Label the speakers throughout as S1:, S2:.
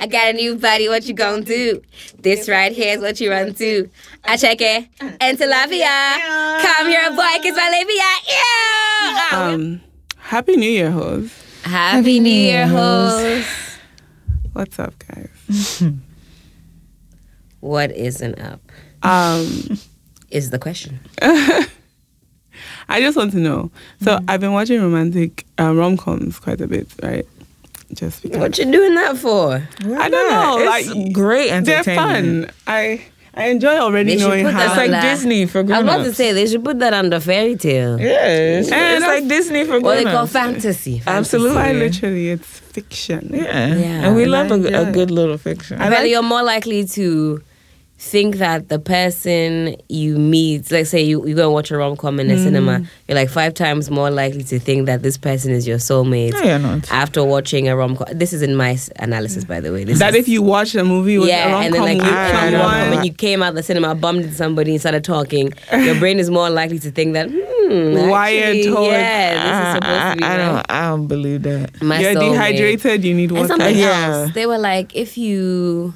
S1: I got a new body, what you gonna do? This right here's what you run to. I check it. And tilapia. Come here, boy, kiss my labia. Ew!
S2: Um, Happy New Year, hoes.
S1: Happy New Year, hoes.
S2: What's up, guys?
S1: What isn't up
S2: Um,
S1: is the question.
S2: I just want to know. So I've been watching romantic uh, rom coms quite a bit, right? Just because
S1: What you doing that for?
S2: I don't know.
S3: It's
S2: like
S3: great
S2: they're
S3: entertainment.
S2: fun. I I enjoy already
S1: They should
S2: knowing
S1: put
S2: how.
S1: that
S3: It's like
S1: Nah.
S3: Disney for
S1: I was
S3: grown
S1: about to say they should put that under fairy tale.
S3: Yeah, it's,
S2: And
S3: it's
S2: that's-
S3: like Disney for
S1: What they
S3: grown
S1: call fantasy.
S3: Absolutely.
S2: Quite literally, it's fiction.
S3: Yeah.
S1: Yeah.
S3: And we
S2: And
S3: love
S2: I
S3: a,
S2: enjoy
S3: a
S2: it.
S3: good little fiction.
S1: But you're more likely to think that the person you meet, like say you, you go and watch a rom com
S2: Hmm.
S1: in the cinema, you're like five times more likely to think that this person is your soulmate
S3: No, you're not.
S1: after watching a rom com. This is in my s- analysis, by the way. This
S2: That
S1: is-
S2: if you watch a movie with a
S1: yeah,
S2: rom
S1: and then
S2: com
S1: like
S2: with
S1: you,
S3: I
S2: someone,
S3: don't
S1: when
S3: know.
S1: you came out the cinema, bumped into somebody, and started talking, your brain is more likely to think that, hmm,
S2: Wired
S1: actually,
S2: towards- Ah,
S1: yeah, this is supposed to be
S3: I,
S1: my-
S3: I, don't, I don't believe that.
S1: my
S2: you're
S1: soulmate.
S2: dehydrated. You need
S1: And
S2: water.
S1: something
S3: Yeah.
S1: else. They were like, if you,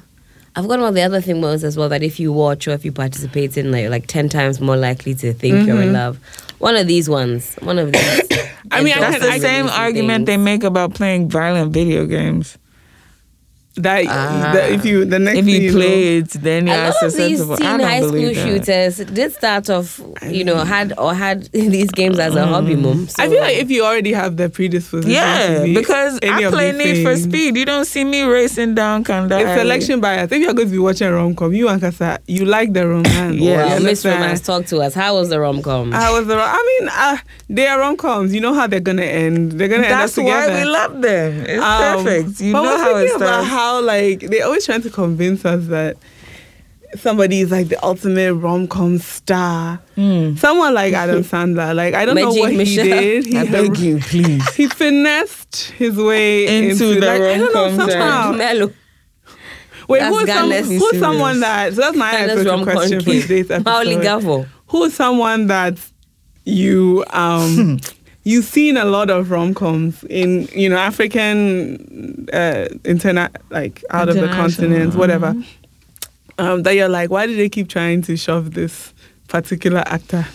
S1: I've got what the other thing was as well that if you watch or if you participate in, like, you're like ten times more likely to think you're
S3: Mm-hmm.
S1: in love. One of these ones. One of these.
S2: I mean, I
S3: That's
S2: can-
S3: the
S2: I-
S3: same argument they make about playing violent video games.
S2: that that
S1: Ah.
S2: if you the next
S3: If
S2: thing
S3: you
S2: know-
S3: play it, then
S1: A
S3: you're
S1: lot of these
S3: susceptible.
S1: teen
S3: I don't
S1: high school
S3: believe that.
S1: shooters did start off, you know, had or had these games as
S3: Mm.
S1: a hobby, mum. So,
S2: I feel like if you already have the predisposition,
S3: Yeah,
S2: to be
S3: because
S2: any
S3: I
S2: of
S3: play
S2: these
S3: Need for
S2: things,
S3: Speed. You don't see me racing down Kanda.
S2: It's
S3: Alley.
S2: selection bias. If you're going to be watching rom com, you and Kasa, you like the romance.
S3: Yeah.
S1: well,
S2: You
S1: Miss
S2: understand?
S1: Romance, talk to us. How was the rom com?
S2: I was the. rom- I mean, uh, they are rom coms. You know how they're gonna end. They're gonna
S3: That's
S2: end up together.
S3: why we love them. It's
S2: Um,
S3: perfect. You
S2: but
S3: know
S2: we're
S3: how it
S2: thinking about
S3: starts.
S2: how like they're always trying to convince us that somebody is like the ultimate rom com star.
S3: Hmm.
S2: Someone like Adam Sandler. Like I don't know
S1: Magic
S2: what
S1: Michelle.
S2: he did. He
S3: I beg you, please.
S2: He finessed his way
S3: Into
S2: into,
S3: the
S2: like, I don't know
S3: rom-com
S2: somehow.
S1: Mellow.
S2: Wait,
S1: That's
S2: who's, some,
S1: Ghana's
S2: who's
S3: serious.
S2: someone that? So that's my
S1: That's
S2: hypothetical
S1: rom com
S2: question for today's
S1: kid. Maoli
S2: episode.
S1: Gavo.
S2: Who is someone that you
S3: Hmm.
S2: um you've seen a lot of rom coms in you know African uh interna- like out of the
S3: International, Mm-hmm.
S2: continent whatever um that you're like why do they keep trying to shove this particular actor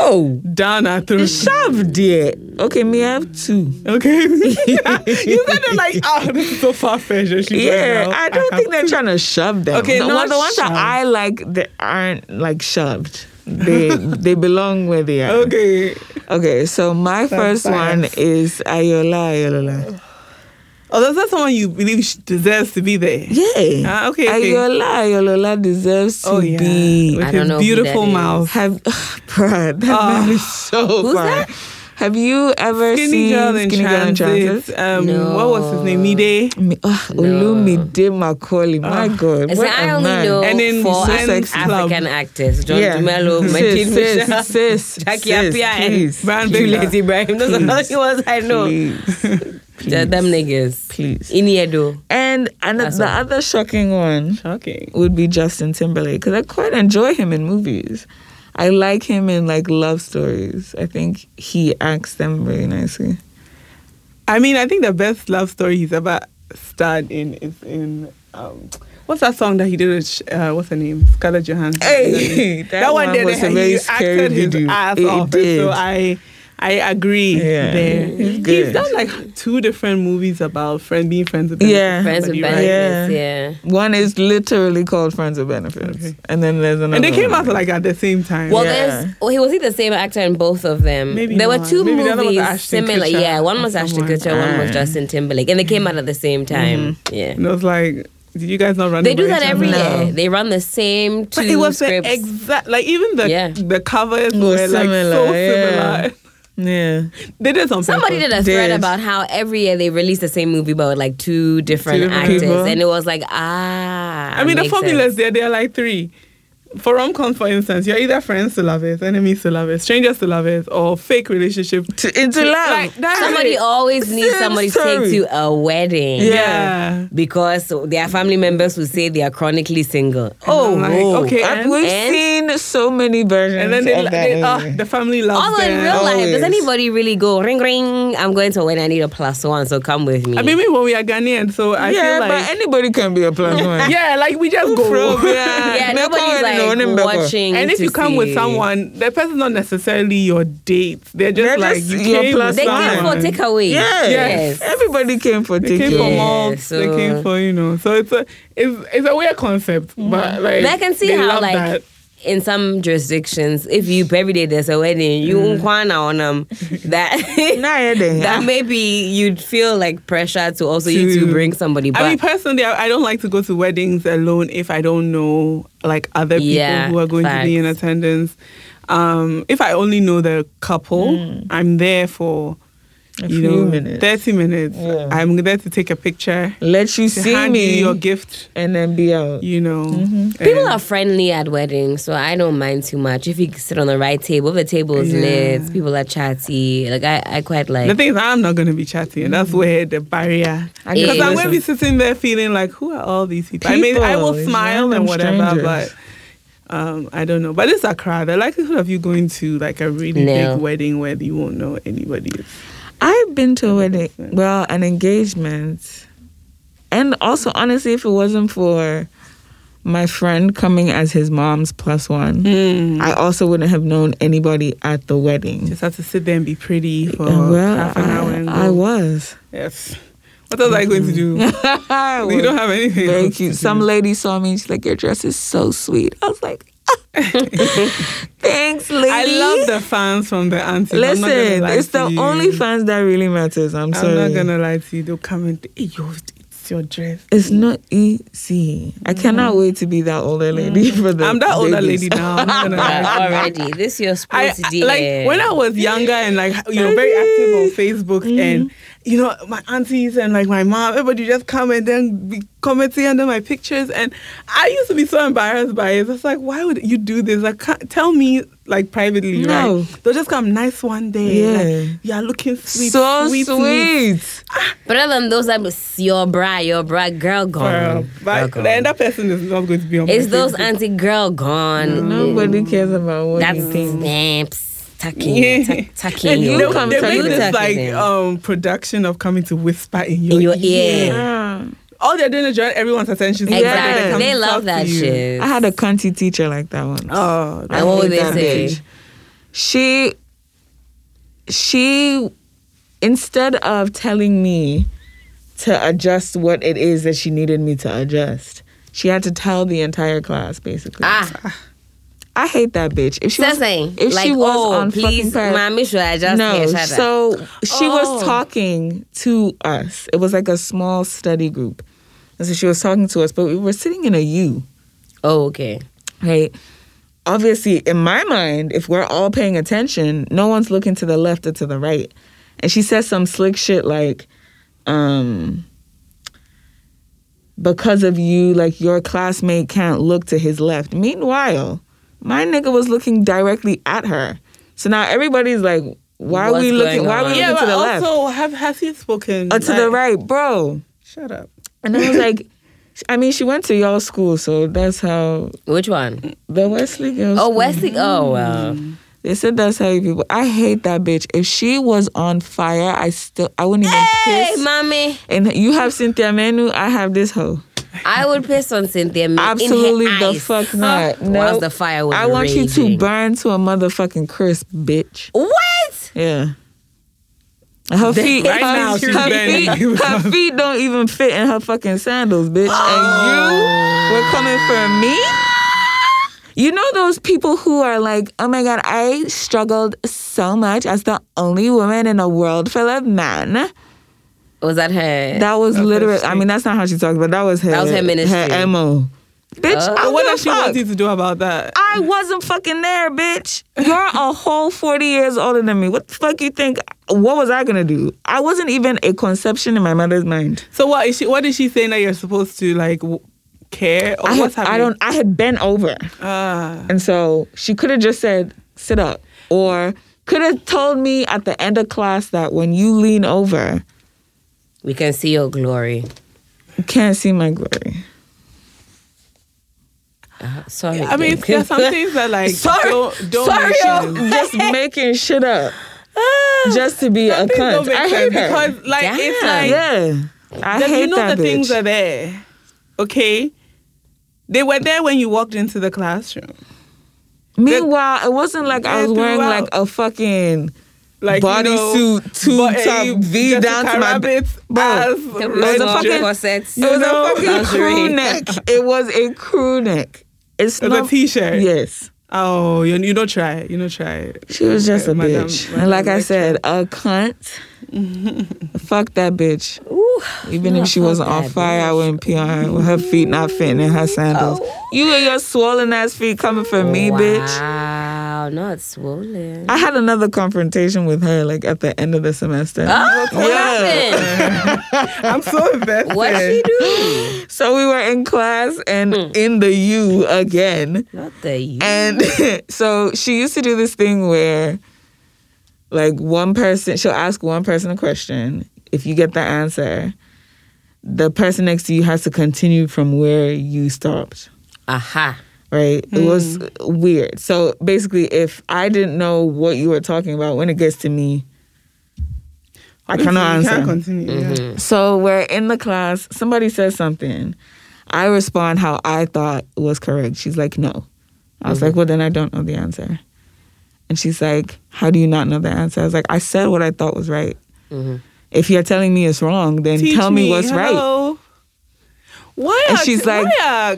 S3: Oh,
S2: down our throat?
S3: shove, dear. Okay, me, I have two.
S2: Okay, you said it like oh this is so far fetched.
S3: Yeah, I don't think they're trying to shove them.
S2: Okay,
S3: the,
S2: not
S3: one- the ones that
S2: shove.
S3: I like, they aren't like shoved. They they belong where they are.
S2: Okay,
S3: Okay, so my first one
S2: biased.
S3: is Ayola Ayola.
S2: although Oh, that's someone you believe sh- deserves to be there.
S3: Yeah.
S2: Ah, okay, okay.
S3: Ayola Ayola deserves to
S2: Oh yeah,
S3: be.
S2: with
S1: I
S2: his
S1: don't know who
S2: beautiful
S1: that is.
S2: mouth. Ah.
S3: Have, Brad, that man is so
S1: Who's
S3: fine.
S1: that?
S3: Have you ever
S2: Skinny
S3: seen
S2: girl in
S3: Skinny Girl in
S2: transit.
S3: Transit?
S2: Um, What was his name? Mide.
S3: Me- ah, Olumide Macaulay, my
S2: Ah.
S3: God.
S1: It's
S3: what
S1: like,
S3: a
S1: I only
S3: man.
S1: know
S2: And in
S1: four
S2: Zen's
S1: African
S2: club.
S1: actors: John
S3: Yeah.
S1: Dumelo,
S3: Sis,
S1: Majid
S3: sis,
S1: Michelle,
S3: sis,
S1: Jackie
S3: sis,
S1: Appiah,
S3: please,
S1: and
S2: Brian
S1: Julius
S2: Bigler.
S1: Ibrahim. Those are the only ones I know.
S3: Please.
S1: They're them niggas.
S3: Please.
S1: Iniedo.
S3: And, and
S1: That's
S3: the
S1: all.
S3: other shocking one
S2: Shocking.
S3: would be Justin Timberlake because I quite enjoy him in movies. I like him in like love stories. I think he acts them very nicely.
S2: I mean, I think the best love story he's ever starred in is in um, what's that song that he did with sh- uh, what's her name? Scarlett Johansson.
S3: Hey,
S2: that, one, there,
S3: was a
S2: he
S3: very scary
S2: acted his
S3: video.
S2: ass
S3: It
S2: off.
S3: did.
S2: So I. I agree.
S3: Yeah.
S2: there.
S3: It's good.
S2: He's done like two different movies about friend being friends with
S3: Yeah.
S1: Friends with
S2: somebody, right?
S1: benefits, yeah.
S3: Yeah. One is literally called Friends with Benefits,
S2: Okay.
S3: and then there's another.
S2: and they came
S3: one.
S2: out like at the same time.
S1: Well,
S3: Yeah.
S1: there's well, he was he the same actor in both of them.
S2: Maybe
S1: there were
S2: not.
S1: two
S2: Maybe the other was
S1: movies
S2: Ashton
S1: similar.
S2: Kutcher
S1: yeah, one
S2: or
S1: was Ashton
S2: someone.
S1: Kutcher, one was
S3: Ah. Mm-hmm.
S1: Justin Timberlake, and they came out at the same time. Yeah,
S2: and I was like, did you guys not run?
S1: they
S2: over
S1: do
S2: each
S1: that
S2: other?
S1: every
S3: No.
S1: year. They run the same two
S2: But it was
S1: scripts.
S2: the exact like even the
S1: Yeah.
S2: the covers were,
S3: Was
S2: like so
S3: similar, yeah.
S2: similar.
S3: yeah.
S2: They did something.
S1: Somebody did a thread
S3: Did.
S1: about how every year they release the same movie but with like two different,
S2: different
S1: actors,
S3: people.
S1: and it was like ah.
S2: I mean, the
S1: makes
S2: formula
S1: sense.
S2: is there. There are like three. For rom com, for instance, you're either friends to lovers, enemies to lovers, strangers to lovers, or fake relationship.
S3: To, into love.
S2: Like, that's
S1: Somebody
S2: it.
S1: always needs
S3: Same
S1: somebody
S3: story.
S1: to take to a wedding.
S2: Yeah.
S1: Because their family members will say they are chronically single. Oh,
S2: I'm like,
S1: oh.
S2: okay,
S3: I've-
S2: and-
S3: we've
S1: and-
S3: seen there's so many versions.
S2: And then they,
S3: of Uh, that
S2: they,
S3: movie.
S2: oh, the family loves
S1: Although in
S2: them.
S1: real life,
S3: Always.
S1: does anybody really go ring ring? I'm going to a wedding. I need a plus one, so come with me.
S2: I mean, maybe when we are Ghanaian, so I
S3: yeah,
S2: feel like
S3: but anybody can be a plus one.
S2: yeah, like we just go.
S3: From, yeah,
S1: yeah,
S3: Make
S1: nobody's
S3: one, no,
S1: like
S3: no, no.
S1: watching.
S2: And if
S1: to
S2: you come with
S1: see.
S2: someone, the person's not necessarily your date. They're just
S3: They're
S2: like
S3: just
S2: you
S3: your
S2: came
S3: plus
S2: plus
S1: they came for
S2: someone.
S1: takeaway.
S3: Yes.
S2: Yes.
S3: Everybody came for
S2: They came
S3: tickets.
S2: for
S1: Yeah,
S2: malls. They
S1: so-
S2: came for you know. So it's a it's, it's a weird concept, but like
S1: Mm. But I can see
S2: they
S1: how
S2: love
S1: like
S2: that.
S1: in some jurisdictions, if you every day there's a wedding, you
S2: Mm.
S1: unkwana on them that
S3: Nah, yeah, then,
S1: that
S3: yeah.
S1: maybe you'd feel like pressure to also you
S2: To-
S1: to bring somebody back.
S2: I mean, personally, I, I don't like to go to weddings alone if I don't know like other people
S1: Yeah,
S2: who are going to be in
S1: facts.
S2: attendance. Um, if I only know the couple, I'm there for
S3: Hmm. A
S2: you
S3: few
S2: know
S3: minutes.
S2: thirty minutes.
S3: Yeah.
S2: I'm there to take a picture,
S3: Let you
S2: to
S3: see
S2: hand
S3: me
S2: you your gift.
S3: and then be out.
S2: You know,
S3: Mm-hmm.
S1: People
S2: and-
S1: are friendly at weddings, so I don't mind too much. If you sit on the right table, if the table is
S2: Yeah.
S1: lit, people are chatty. Like I, I quite like.
S2: The thing is, I'm not going to be chatty, and that's where the barrier.
S3: I
S1: Yeah.
S2: Because
S1: Listen.
S2: I'm going to be sitting there feeling like, who are all these people? I mean, I will
S3: People,
S2: smile
S3: random
S2: and whatever,
S3: strangers.
S2: but um, I don't know. But it's Accra. The likelihood of you going to like a really
S1: No.
S2: big wedding where you won't know anybody is.
S3: I've been to a wedding, well, an engagement. And also, honestly, if it wasn't for my friend coming as his mom's plus one,
S2: Hmm.
S3: I also wouldn't have known anybody at the wedding.
S2: Just have to sit there and be pretty for
S3: And Uh, well,
S2: half an hour. And
S3: I, I
S2: go.
S3: was.
S2: yes. What else are you going to do?
S3: I
S2: you
S3: was.
S2: don't have anything.
S3: Very
S2: else to
S3: cute.
S2: do.
S3: Some lady saw me and she's like, Your dress is so sweet. I was like, Thanks, lady.
S2: I love the fans from the aunties. I'm not
S3: Listen,
S2: gonna lie
S3: it's
S2: to
S3: the
S2: you.
S3: only fans that really matters. I'm,
S2: I'm
S3: sorry.
S2: not going to lie to you. They'll come and, hey, yo, it's your dress.
S3: It's not easy. I cannot wait to be that older lady for the.
S2: I'm that older
S3: babies.
S2: lady now. I'm not gonna lie.
S1: But already. This is your
S2: I,
S1: sports
S2: I-
S1: dear.
S2: like when I was younger and like you know very active on Facebook
S3: Mm-hmm.
S2: and you know my aunties and like my mom everybody just come and then be commenting under my pictures and I used to be so embarrassed by it. It's like why would you do this? Like can't- tell me like privately,
S3: No.
S2: right? They'll just come nice one day.
S3: Yeah.
S2: Like, you are looking sweet,
S3: so
S2: sweet,
S3: sweet.
S2: sweet.
S1: but other than those, I'm your bra, your bra, girl
S2: Girl,
S1: gone.
S2: but
S1: Girl gone.
S2: then that person is not going to be on. my
S1: Oh It's those
S2: Facebook.
S1: anti girl gone.
S3: Nobody cares about what
S1: That's
S3: you think.
S1: stamps tucking,
S2: Yeah.
S1: tuck- tucking.
S2: And
S1: your-
S2: they,
S3: come
S2: they
S3: tuck
S2: make
S1: you
S3: in.
S2: this
S1: tucking
S2: like
S1: in.
S3: uh,
S2: um, production of coming to whisper in your,
S1: in your ear.
S3: Yeah.
S2: all they're doing is drawing everyone's attention. to the fact that
S1: Exactly.
S2: come
S1: They
S2: to talk
S1: love
S2: to
S1: that
S2: you.
S1: shit.
S3: I had a cunty teacher like that once.
S2: Oh,
S1: And what would
S3: hate
S1: they
S3: that
S1: say?
S3: bitch. She, she, instead of telling me to adjust what it is that she needed me to adjust, she had to tell the entire class basically.
S1: Ah,
S3: I hate that bitch. If she was,
S1: Sensei,
S3: if
S1: like,
S3: she was
S1: oh,
S3: on
S1: please,
S3: fucking par-
S1: mommy, should I just
S3: no,
S1: catch her?
S3: so she
S2: Oh.
S3: was talking to us. It was like a small study group, and so she was talking to us, but we were sitting in a U,
S1: oh, okay.
S3: right? Obviously, in my mind, if we're all paying attention, no one's looking to the left or to the right. And she says some slick shit like, um, because of you, like your classmate can't look to his left. Meanwhile, my nigga was looking directly at her. So now everybody's like, why are
S1: What's
S3: we looking?
S1: going
S3: Why are
S1: on?
S3: we looking
S2: Yeah,
S3: to
S2: but
S3: the left?
S2: also have has he spoken?
S3: or to the right, bro?
S2: Shut up.
S3: And I was like, I mean, she went to y'all school, so that's how
S1: Which one?
S3: the Wesley girls.
S1: Oh,
S3: school.
S1: Wesley. Oh, well.
S3: They said that's how you people. I hate that bitch. If she was on fire, I still I wouldn't even
S1: Hey,
S3: piss.
S1: mommy.
S3: And you have Cynthia Menu, I have this hoe.
S1: I would piss on Cynthia. May-
S3: Absolutely
S1: in her
S3: the
S1: eyes.
S3: fuck not. No,
S1: Whilst the fire was
S3: I want you to
S1: raging.
S3: burn to a motherfucking crisp, bitch.
S1: What?
S3: Yeah. Her feet,
S2: Right
S3: her,
S2: now, she's
S3: her
S2: burning.
S3: feet, her feet don't even fit in her fucking sandals, bitch. And you were coming for me. You know those people who are like, oh my god, I struggled so much as the only woman in a world full of men.
S1: Was that her?
S3: That was
S2: That's what
S3: literally.
S2: she-
S3: I mean, that's not how she talked, but that was her.
S1: That was her ministry.
S3: Her mo. Bitch,
S1: Oh.
S3: I
S2: But what does
S3: wasn't
S2: she
S3: fuck.
S2: want you to do about that?
S3: I wasn't fucking there, bitch. You're a whole forty years older than me. What the fuck you think? What was I gonna do? I wasn't even a conception in my mother's mind.
S2: So what is she? What is she saying that you're supposed to like w- care or
S3: I, had,
S2: what's
S3: I
S2: happening?
S3: don't. I had bent over,
S2: Ah,
S3: and so she could have just said, "Sit up," or could have told me at the end of class that when you lean over,
S1: we can see your glory.
S3: you can't see my glory.
S1: Sorry.
S2: I mean,
S1: then.
S2: there's some things that like
S3: Sorry,
S2: don't don't
S3: sorry,
S2: mention.
S3: yo. just making shit up just to be a
S2: Some things don't
S3: cunt.
S2: make
S3: I hate
S2: sense
S3: her.
S2: because like it's
S1: Damn.
S2: like
S3: yeah, I
S2: that
S3: hate
S2: you know
S3: that
S2: the
S3: bitch.
S2: things are there. Okay? They were there when you walked into the classroom.
S3: Meanwhile, it wasn't like I
S2: Yeah,
S3: was wearing
S2: throughout.
S3: like a fucking
S2: Like you know,
S3: bodysuit, tube
S2: but, uh,
S3: top,
S2: you-
S3: V
S2: Jessica
S3: down to my
S2: Rabbit
S3: Bro,
S2: ass,
S1: It
S2: red
S1: was a fucking
S2: dress.
S1: corsets.
S3: It was
S2: know,
S3: a fucking crew
S1: lingerie.
S3: neck. It was a crew neck. It's
S2: It was a
S3: not
S2: t-shirt.
S3: Yes,
S2: Oh, you you don't try it. You don't try it.
S3: she was just a
S2: Madam-
S3: bitch.
S2: Madam
S3: and like I
S2: Lecture.
S3: said, a cunt. Fuck that bitch.
S1: Ooh,
S3: Even
S1: I
S3: if she
S1: felt
S3: wasn't on
S1: bad,
S3: fire, I
S1: bitch. Oh.
S3: wouldn't pee on her with her feet not fitting in her sandals. You and your swollen ass feet coming for me, bitch.
S1: Wow, not swollen.
S3: I had another confrontation with her like at the end of the semester.
S1: Oh, what happened?
S2: I'm so invested.
S1: What she do?
S3: So we were in class and in the U again.
S1: Not the you.
S3: And so she used to do this thing where, like, one person, she'll ask one person a question. If you get the answer, the person next to you has to continue from where you stopped,
S1: Aha.
S3: right? It was weird. So basically, if I didn't know what you were talking about, when it gets to me, I cannot
S2: You
S3: answer.
S2: Can't continue. yeah.
S3: So we're in the class, somebody says something. I respond how I thought was correct. She's like, no. I
S2: Mm-hmm.
S3: was like, well, then I don't know the answer. And she's like, how do you not know the answer? I was like, I said what I thought was right.
S1: Mhm.
S3: If you're telling me it's wrong, then
S2: Mm-hmm. Teach
S3: Mm-hmm. tell me, what's right.
S2: hello. Why are
S3: And she's
S2: why
S3: like-
S2: are,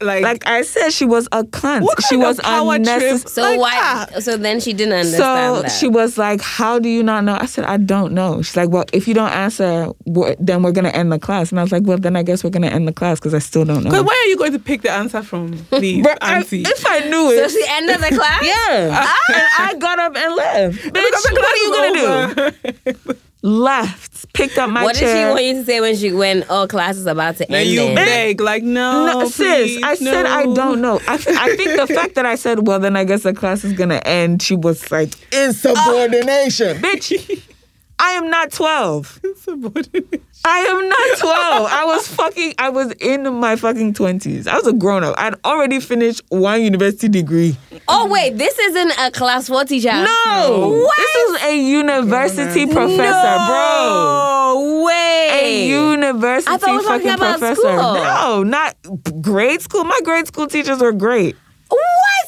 S2: like,
S3: Like I said, she was a cunt.
S2: what
S3: she
S2: kind
S3: was
S2: of power
S3: unnecessary.
S2: trip?
S1: So
S2: like
S1: why?
S2: that?
S1: So then she didn't understand
S3: So
S1: that.
S3: she was like, "How do you not know?" I said, "I don't know." She's like, "Well, if you don't answer, we then we're gonna end the class." And I was like, "Well, then I guess we're gonna end the class because I still don't know."
S2: Because where are you going to pick the answer from, please,
S3: Bruh, I-
S2: auntie?
S3: if I knew
S1: So
S3: it,
S1: she ended the class.
S3: yeah, and I got up and left. Bitch, what are you gonna do? Left, picked up my
S1: What did she
S3: chair.
S1: want you to say when she when all class is about to
S2: Then
S1: end?
S2: you
S1: then?
S2: beg, like, no,
S3: no, sis,
S2: please,
S3: I said I
S2: no."
S3: don't know. I, I think the fact that I said, well, then I guess the class is gonna end. She was like, insubordination, bitch. I am not twelve.
S2: Subordinate.
S3: I am not twelve. I was fucking. I was in my fucking twenties. I was a grown up. I'd already finished one university degree.
S1: Oh wait, this isn't a class four teacher.
S3: No,
S1: What?
S3: this was a university professor, bro.
S1: No way.
S3: a university
S1: I thought we were talking
S3: fucking
S1: about
S3: professor.
S1: school.
S3: No, not grade school. My grade school teachers were great.
S1: What?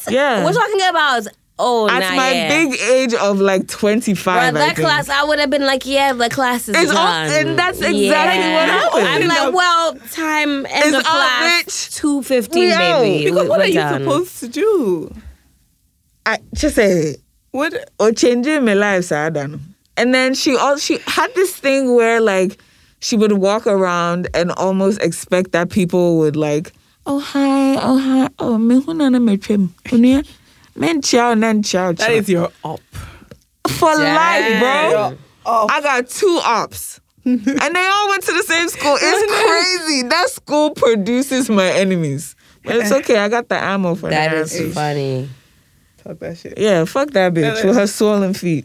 S3: Yeah.
S1: We're talking about. Oh,
S3: At
S1: nah,
S3: my
S1: yeah.
S3: big age of like 25,
S1: Bruh,
S3: I
S1: that
S3: think.
S1: class, I would have been like, yeah, the class is
S3: It's all-
S1: done.
S3: and that's exactly what happened.
S1: I'm like, well, time end
S3: It's
S1: of
S3: all
S1: class,
S3: bitch.
S1: two
S3: We
S1: fifteen,
S3: out.
S1: baby.
S2: Because
S1: We-
S2: what
S1: we're
S2: are you
S1: done.
S2: supposed to do?
S3: I just said,
S2: What?
S3: or changing my life, so I don't know. And then she all she had this thing where like she would walk around and almost expect that people would like, oh hi, oh hi, oh me hunana me trim, unia, men chow nan chow
S2: That
S3: chow."
S2: is your up.
S3: for
S1: Damn.
S3: life, bro.
S2: Up.
S3: I got two ops. and they all went to the same school. It's crazy. That school produces my enemies. But it's okay. I got the ammo for
S1: That
S3: that.
S1: is funny.
S2: Talk that shit.
S3: Yeah, fuck that bitch with her swollen feet.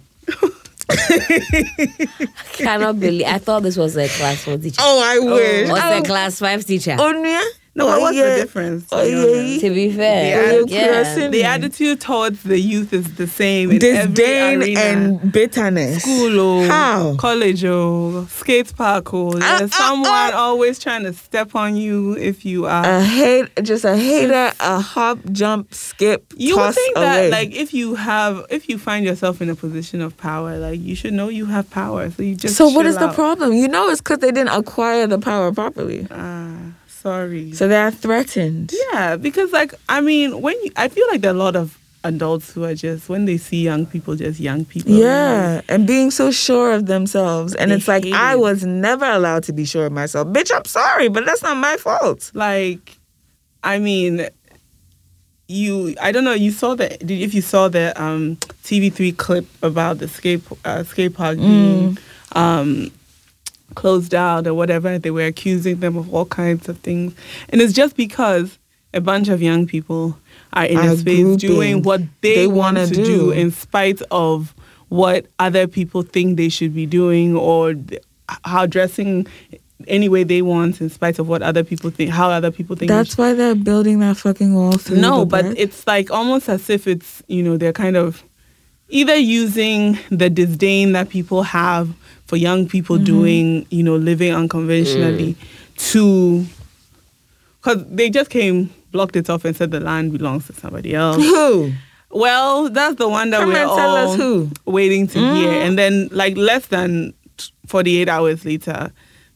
S1: Cannot believe. I thought this was a class four teacher.
S3: Oh, I wish.
S1: What's
S3: oh,
S1: a class five teacher?
S3: oh, yeah.
S2: No,
S3: oh,
S2: but what's
S3: yeah.
S2: the difference? to
S3: Oh,
S2: be
S3: yeah,
S2: honest?
S1: To be fair,
S3: Oh,
S1: yeah.
S3: cursing.
S2: The attitude towards the youth is the same. In
S3: Disdain
S2: every arena.
S3: and bitterness.
S2: school, oh,
S3: How?
S2: college, oh, skate park, oh, there's
S3: uh,
S2: someone
S3: uh.
S2: always trying to step on you if you are.
S3: A hate, just a hater, a hop, jump, skip,
S2: you would
S3: toss
S2: think
S3: away.
S2: that, like, if you have, if you find yourself in a position of power, like, you should know you have power. So you just.
S3: so what
S2: chill
S3: is the
S2: out.
S3: problem? You know, it's because they didn't acquire the power properly.
S2: Ah, sorry.
S3: So they're threatened.
S2: Yeah, because like I mean, when you, I feel like there are a lot of adults who are just when they see young people, just young people.
S3: Yeah, and being so sure of themselves. And
S2: They
S3: it's like,
S2: hate
S3: I
S2: it.
S3: was never allowed to be sure of myself. Bitch, I'm sorry, but that's not my fault.
S2: Like, I mean, you. I don't know. You saw the did- if you saw the um, TV3 clip about the skate uh, skate
S3: Mm.
S2: park being um, closed down or whatever. They were accusing them of all kinds of things, and it's just because a bunch of young people are in
S3: Are
S2: a space
S3: grouping.
S2: doing what they,
S3: They
S2: want
S3: wanna
S2: to do.
S3: do.
S2: in spite of what other people think they should be doing or th- how dressing any way they want, in spite of what other people think, how other people think.
S3: That's why they're building that fucking wall. Through
S2: no,
S3: the
S2: but
S3: back.
S2: it's like almost as if it's you know they're kind of either using the disdain that people have for young people doing you know living unconventionally to because they just came blocked it off and said the land belongs to somebody else.
S3: who?
S2: Well, that's the one that
S3: Come
S2: we're
S3: and
S2: all
S3: tell us who. Mm.
S2: waiting to hear. And then, like less than t- 48 hours later,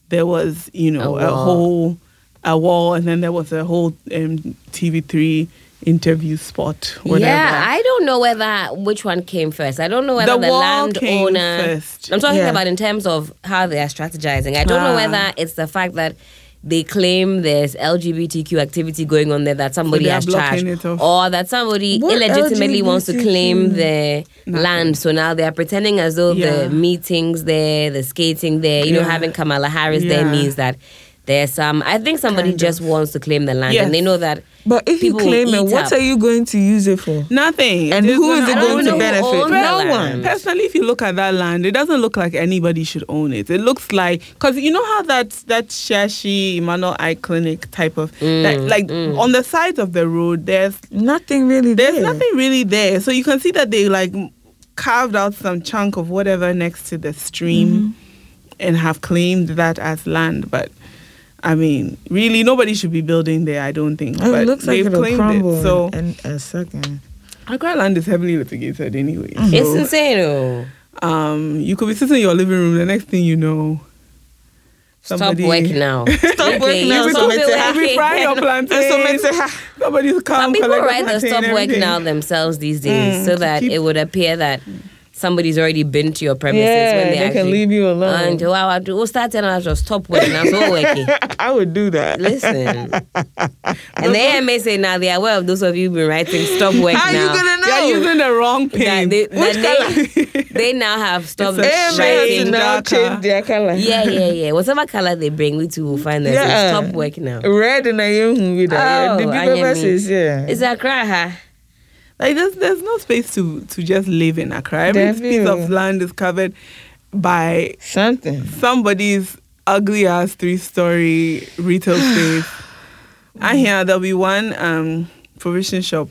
S2: there was you know
S1: A
S2: a,
S1: wall.
S2: whole a wall, and then there was a whole um, TV3 interview spot. Whatever.
S1: Yeah, I don't know whether which one came first. I don't know whether
S2: The
S1: the,
S2: wall came
S1: landowner.
S2: first.
S1: I'm talking
S3: Yeah.
S1: about in terms of how they are strategizing. I don't know
S2: Ah.
S1: whether it's the fact that they claim there's LGBTQ activity going on there that somebody
S2: they are
S1: has
S2: blocking
S1: charged,
S2: it off.
S1: or that somebody
S3: What
S1: illegitimately wants to claim their
S2: Nothing.
S1: land. So now they are pretending as though
S2: Yeah.
S1: the meetings there, the skating there, you know,
S2: Yeah.
S1: having Kamala Harris there
S2: Yeah.
S1: means that. There's some. I think somebody
S2: Kind
S1: just wants to claim the land,
S2: Yes.
S1: and they know that.
S3: But if you
S1: people will
S3: claim it,
S1: eat
S3: what
S1: up.
S3: are you going to use it for?
S2: Nothing.
S3: And
S2: There's
S3: who is
S2: no-
S3: it
S2: I
S3: going
S2: don't
S3: to
S2: know.
S3: benefit?
S1: owns
S3: No
S1: the
S3: one.
S1: land.
S2: Personally, if you look at that land, it doesn't look like anybody should own it. It looks like because you know how that that Shashi Emmanuel Eye Clinic type of that,
S3: Mm,
S2: like on the sides of the road, there's
S3: Nothing really.
S2: there's
S3: there.
S2: nothing really there. So you can see that they like m- carved out some chunk of whatever next to the stream
S3: Mm-hmm.
S2: and have claimed that as land. But I mean, really, nobody should be building there. I don't think.
S3: Oh, It
S2: but
S3: looks like
S2: they've
S3: it'll
S2: claimed
S3: crumble
S2: it. So
S3: in, in a second.
S2: Accra land is heavily litigated anyway.
S3: Mm-hmm.
S1: It's
S2: So,
S1: insane, though.
S2: um, you could be sitting in your living room. The next thing you know, somebody
S1: Stop work now. Stop
S3: work now,
S2: Every,
S3: so
S2: time-
S3: it's a
S2: every Friday or plantain, somebody's
S1: Some
S2: come.
S1: people
S2: collect the
S1: write the
S2: plantain,
S1: stop work
S2: everything.
S1: now themselves these days
S2: Mm,
S1: so
S2: to
S1: that
S2: keep-
S1: it would appear that somebody's already been to your premises
S3: yeah,
S1: when
S3: they,
S1: they, actually
S3: can leave you alone.
S1: And wow, I do. We'll start telling us to stop working. I'm so working.
S3: I would do that.
S1: Listen. And the AMA say now they are aware of those of you who've been writing stop work
S3: How
S1: now.
S3: you gonna
S2: They're
S3: know?
S2: using the wrong
S1: that
S2: paint.
S1: they,
S2: Which
S1: that they,
S2: colour?
S1: they now have stopped
S2: a
S3: AMA
S2: shade.
S1: writing.
S3: has now
S2: darker.
S3: changed their color.
S1: Yeah, yeah, yeah. Whatever color they bring, we too will find them.
S3: Yeah.
S1: Stop work now.
S3: Red and I am with that.
S1: Oh,
S3: The
S1: I
S3: bigger
S1: am
S3: verses, yeah.
S1: It's a cry, huh?
S2: Like there's there's no space to to just live in Accra. Every
S3: Definitely.
S2: piece of land is covered by
S3: Something.
S2: somebody's ugly ass three story retail space. I hear there'll be one um provision shop,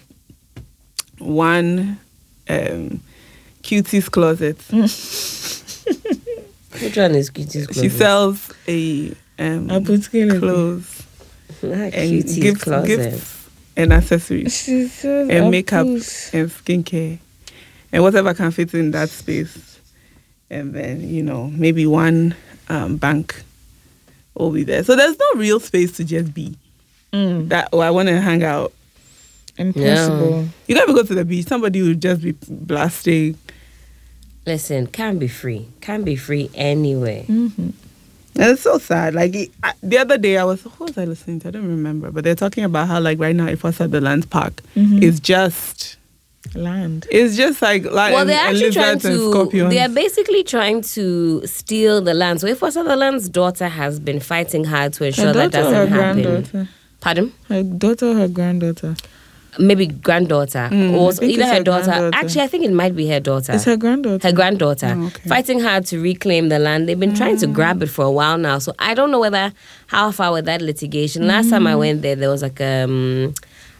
S2: one um cutie's closet.
S1: Hmm. Which one is cutie's
S2: She sells a um
S3: I put skin in
S2: clothes
S1: Ah,
S2: and
S1: cutie's
S2: gifts,
S1: closet.
S2: gifts and accessories.
S3: She says
S2: and
S3: I
S2: makeup and
S3: push.
S2: skincare and whatever can fit in that space. And then, you know, maybe one um, bank will be there. So there's no real space to just be.
S3: Mm,
S2: That oh, I want to hang out.
S3: impossible.
S2: You gotta go to the beach. Somebody will just be blasting.
S1: Listen, can be free. Can be free anywhere.
S3: Mm-hmm.
S2: And it's so sad. Like it, I, the other day, I was who was I listening to? I don't remember. But they're talking about how like right now, if I said the Lands Park,
S1: Mm-hmm.
S3: Mhm.
S2: it's just
S3: Land.
S2: it's just like like
S1: Well, they're
S2: and
S1: actually trying
S2: lizards and
S1: to.
S2: scorpions.
S1: They are basically trying to steal the land. So, if Sutherland's daughter has been fighting hard to ensure
S3: her
S1: that
S3: daughter or her
S1: doesn't happen,
S3: granddaughter?
S1: pardon,
S3: Her daughter or her granddaughter?
S1: maybe granddaughter or
S3: think
S1: either
S3: it's
S1: her
S3: her
S1: daughter.
S3: granddaughter.
S1: Actually, I think it might be her daughter.
S3: It's her granddaughter.
S1: her granddaughter
S2: Oh, okay.
S1: fighting hard to reclaim the land. They've been trying to grab it for a while now. So I don't know whether how far with that litigation. Last time I
S3: Mm.
S1: went there, there was like um,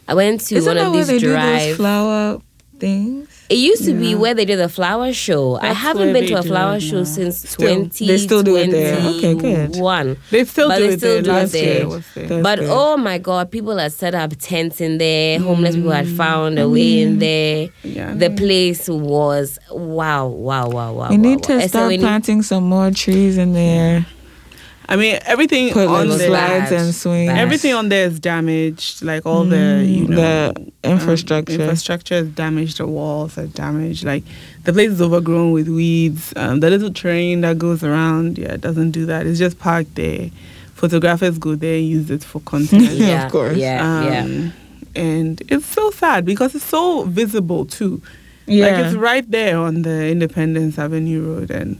S1: I went to
S3: Isn't
S1: one
S3: that
S1: of
S3: where they
S1: these
S3: do those
S1: drive.
S3: flower things?
S1: It used to be where they did the flower show. I
S2: That's
S1: haven't
S2: where
S1: been
S2: they
S1: to a
S2: do
S1: flower
S2: it
S1: show
S2: now.
S1: since
S3: Still,
S1: twenty.
S3: they still do it there. Okay, good.
S1: One.
S2: They still
S1: But
S2: do
S1: they
S2: it
S1: still
S2: there.
S1: do it
S2: Last
S1: there.
S2: year it was there.
S3: That's
S1: but
S3: good.
S1: oh my god, people had set up tents in there. Homeless people had
S3: Mm.
S1: found a way in there.
S2: Yeah, I
S1: the
S2: know.
S1: place was wow, wow, wow, wow.
S3: we
S1: Oh, wow, wow.
S3: need to
S1: And so
S3: start
S1: we need-
S3: planting some more trees in there.
S2: I mean, everything
S3: Put
S2: on
S3: little
S2: the
S3: slides
S1: bad,
S3: and swings.
S1: bad.
S2: Everything on there is damaged, like all the you know
S3: the
S2: um,
S3: infrastructure.
S2: infrastructure is damaged. The walls are damaged. Like the place is overgrown with weeds. Um, the little train that goes around, yeah, it doesn't do that. It's just parked there. Photographers go there, use it for content.
S1: yeah,
S3: Of course.
S1: Yeah, yeah.
S2: Um, And it's so sad because it's so visible too. Like it's right there on the Independence Avenue Road, and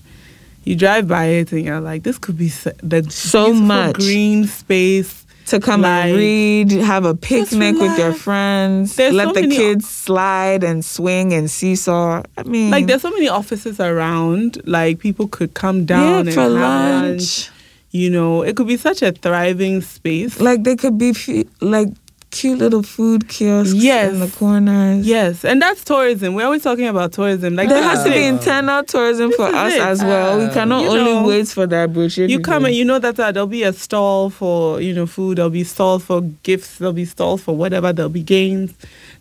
S2: you drive by it, and you're like, this could be s- the
S3: So
S2: beautiful
S3: much.
S2: green space.
S3: to come
S2: Like-
S3: and read, have a picnic with your
S2: relax.
S3: friends,
S2: There's
S3: let
S2: so
S3: the
S2: many-
S3: kids slide and swing and seesaw. I mean,
S2: Like there's so many offices around. Like people could come down
S3: yeah,
S2: and
S3: for
S2: have
S3: lunch.
S2: You know, it could be such a thriving space.
S3: Like they could be fu- like cute little food kiosks
S2: Yes.
S3: in the corners.
S2: Yes, and that's tourism. We're always talking about tourism. Like
S3: There
S2: that's
S3: has to
S2: the
S3: be
S2: thing.
S3: internal tourism for
S2: is
S3: us
S2: it. Uh,
S3: as well. we cannot
S2: you
S3: only
S2: know,
S3: wait for that brochure.
S2: You
S3: to
S2: come
S3: go.
S2: and you know that uh, there'll be a stall for you know food. There'll be stall for gifts. There'll be stalls for whatever. There'll be games.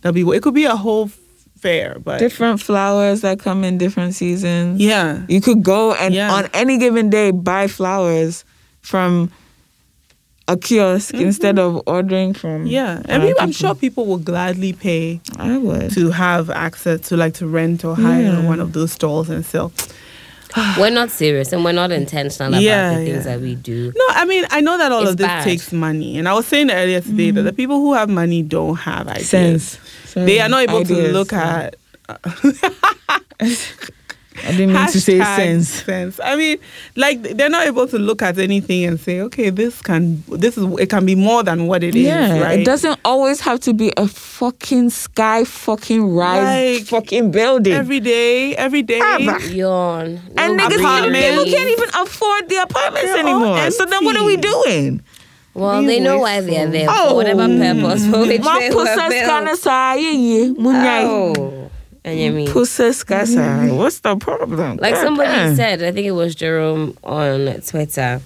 S2: There'll be it could be a whole fair, but
S3: different flowers that come in different seasons.
S2: yeah,
S3: You could go and
S2: Yeah.
S3: on any given day buy flowers from a kiosk instead of ordering from
S2: Mm-hmm. yeah.
S3: other
S2: And people, I'm
S3: people.
S2: sure people will gladly pay
S3: I would.
S2: to have access to like to rent or hire
S3: Yeah.
S2: one of those stalls and sell.
S3: Um,
S1: We're not serious and we're not intentional about
S2: Yeah,
S1: the things
S2: yeah.
S1: that we do.
S2: No, I mean I know that all
S1: It's
S2: of this
S1: bad.
S2: takes money, and I was saying earlier today that the people who have money don't have ideas.
S3: Mm-hmm. sense.
S2: They are not able to
S3: Ideas.
S2: look at
S3: I didn't mean to say
S2: Hashtag
S3: sense.
S2: sense. I mean, like they're not able to look at anything and say, okay, this can this is it can be more than what it is.
S3: Yeah,
S2: right?
S3: it doesn't always have to be a fucking sky, fucking rise,
S2: Like,
S3: fucking building.
S2: Every day, every day.
S3: Abba.
S1: Yawn.
S3: and
S1: No
S3: niggas,
S2: apartment.
S3: people
S1: breathe.
S3: can't even afford the apartments
S2: They're all
S3: anymore. So then, what are we
S2: empty.
S3: doing?
S1: Well,
S2: Be
S1: they know why they're there.
S3: wasteful.
S1: For whatever
S3: Oh.
S1: purpose for which
S3: My
S1: they were
S3: pussy
S1: built.
S3: scanner say, yeah, yeah, munyai.
S1: Oh. And you mean?
S3: Pussy scanner say, What's the problem?
S1: Like
S3: God
S1: somebody
S3: damn.
S1: said, I think it was Jerome on Twitter,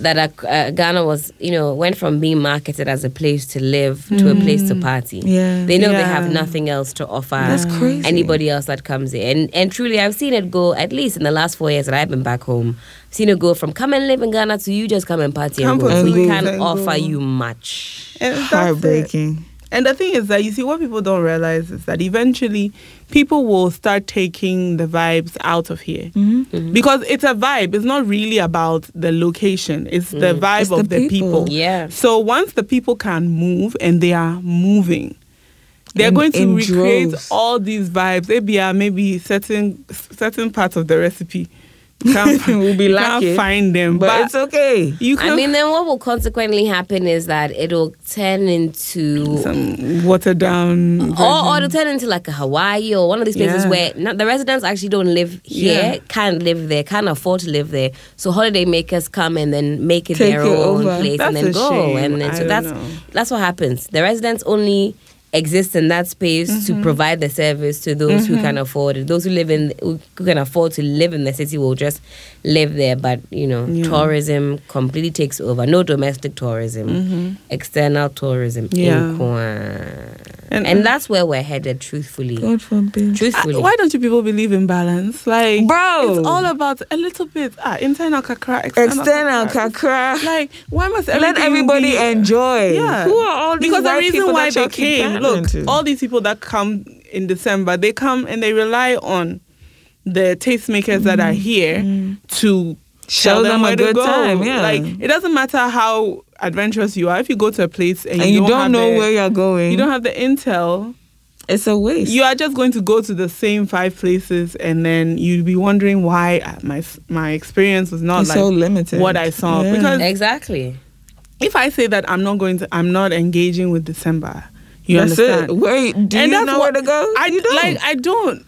S1: that uh, Ghana was, you know, went from being marketed as a place to live to a place to party.
S3: Yeah.
S1: They know they
S2: Yeah.
S1: have nothing else to offer
S3: That's crazy.
S1: anybody else that comes in. And, and truly, I've seen it go, at least in the last four years that I've been back home, I've seen it go from come and live in Ghana to you just come and party and
S2: Come
S1: go.
S2: and
S1: We
S2: go.
S1: can't
S2: And go.
S1: offer you much.
S2: And that's it.
S3: heartbreaking.
S2: And the thing is that you see what people don't realize is that eventually people will start taking the vibes out of here
S3: Mm-hmm.
S1: Mm-hmm.
S2: because it's a vibe. It's not really about the location. It's the vibe
S3: It's the
S2: of the
S3: people.
S2: people.
S1: Mm. Yeah.
S2: So once the people can move and they are moving, they're
S3: In-
S2: going to
S3: in
S2: recreate
S3: droves.
S2: all these vibes. Maybe uh, maybe certain certain parts of the recipe you can't,
S3: We'll be
S2: you
S3: lacking,
S2: can't find them,
S3: But,
S2: but,
S3: it's okay.
S2: you can
S1: I mean, then what will consequently happen is that it'll turn into
S2: some water down.
S1: or, or to turn into like a Hawaii or one of these places
S2: Yeah.
S1: where not, the residents actually don't live here,
S2: Yeah.
S1: can't live there, can't afford to live there. So holidaymakers come and then make it
S3: Take
S1: their
S3: it
S1: own
S3: over.
S1: place and
S2: That's
S1: then
S2: a
S1: go.
S2: shame.
S1: And then
S2: I
S1: so
S2: don't
S1: that's
S2: know.
S1: that's what happens. The residents only exist in that space
S2: Mm-hmm.
S1: to provide the service to those who can afford it. Those who live in who can afford to live in the city will just live there. But you know,
S2: Yeah.
S1: tourism completely takes over. No domestic tourism, external tourism.
S2: Mm-hmm. Yeah.
S1: in Kwan.
S2: And-
S1: And, that's where we're headed, truthfully.
S3: God forbid.
S1: Truthfully.
S2: Uh, why don't you people believe in balance? Like,
S3: Bro.
S2: it's all about a little bit. Ah, internal kakra, external,
S3: External
S2: kakra.
S3: kakra.
S2: Like, why must
S3: Let
S2: everything
S3: everybody
S2: be-
S3: enjoy.
S2: Yeah,
S3: Who are all these
S2: because
S3: white
S2: the reason
S3: people
S2: why
S3: that
S2: they
S3: y'all keep
S2: came.
S3: pandering
S2: Look,
S3: to?
S2: all these people that come in December, they come and they rely on the tastemakers that are here to
S3: Mm-hmm. Show
S2: tell them,
S3: them a
S2: where to
S3: good
S2: go.
S3: time, yeah.
S2: like it doesn't matter how adventurous you are. If you go to a place and,
S3: and you don't,
S2: have
S3: know
S2: the-
S3: where you're going.
S2: you don't have the intel,
S3: it's a waste.
S2: you are just going to go to the same five places and then you'd be wondering why uh, my my experience was not
S3: It's
S2: like
S3: so limited.
S2: what I saw
S3: Yeah.
S2: because
S1: Exactly.
S2: if I say that I'm not going to I'm not engaging with December you
S3: that's
S2: understand
S3: it. Wait, do you know where to go?
S2: I
S3: you don't.
S2: like I don't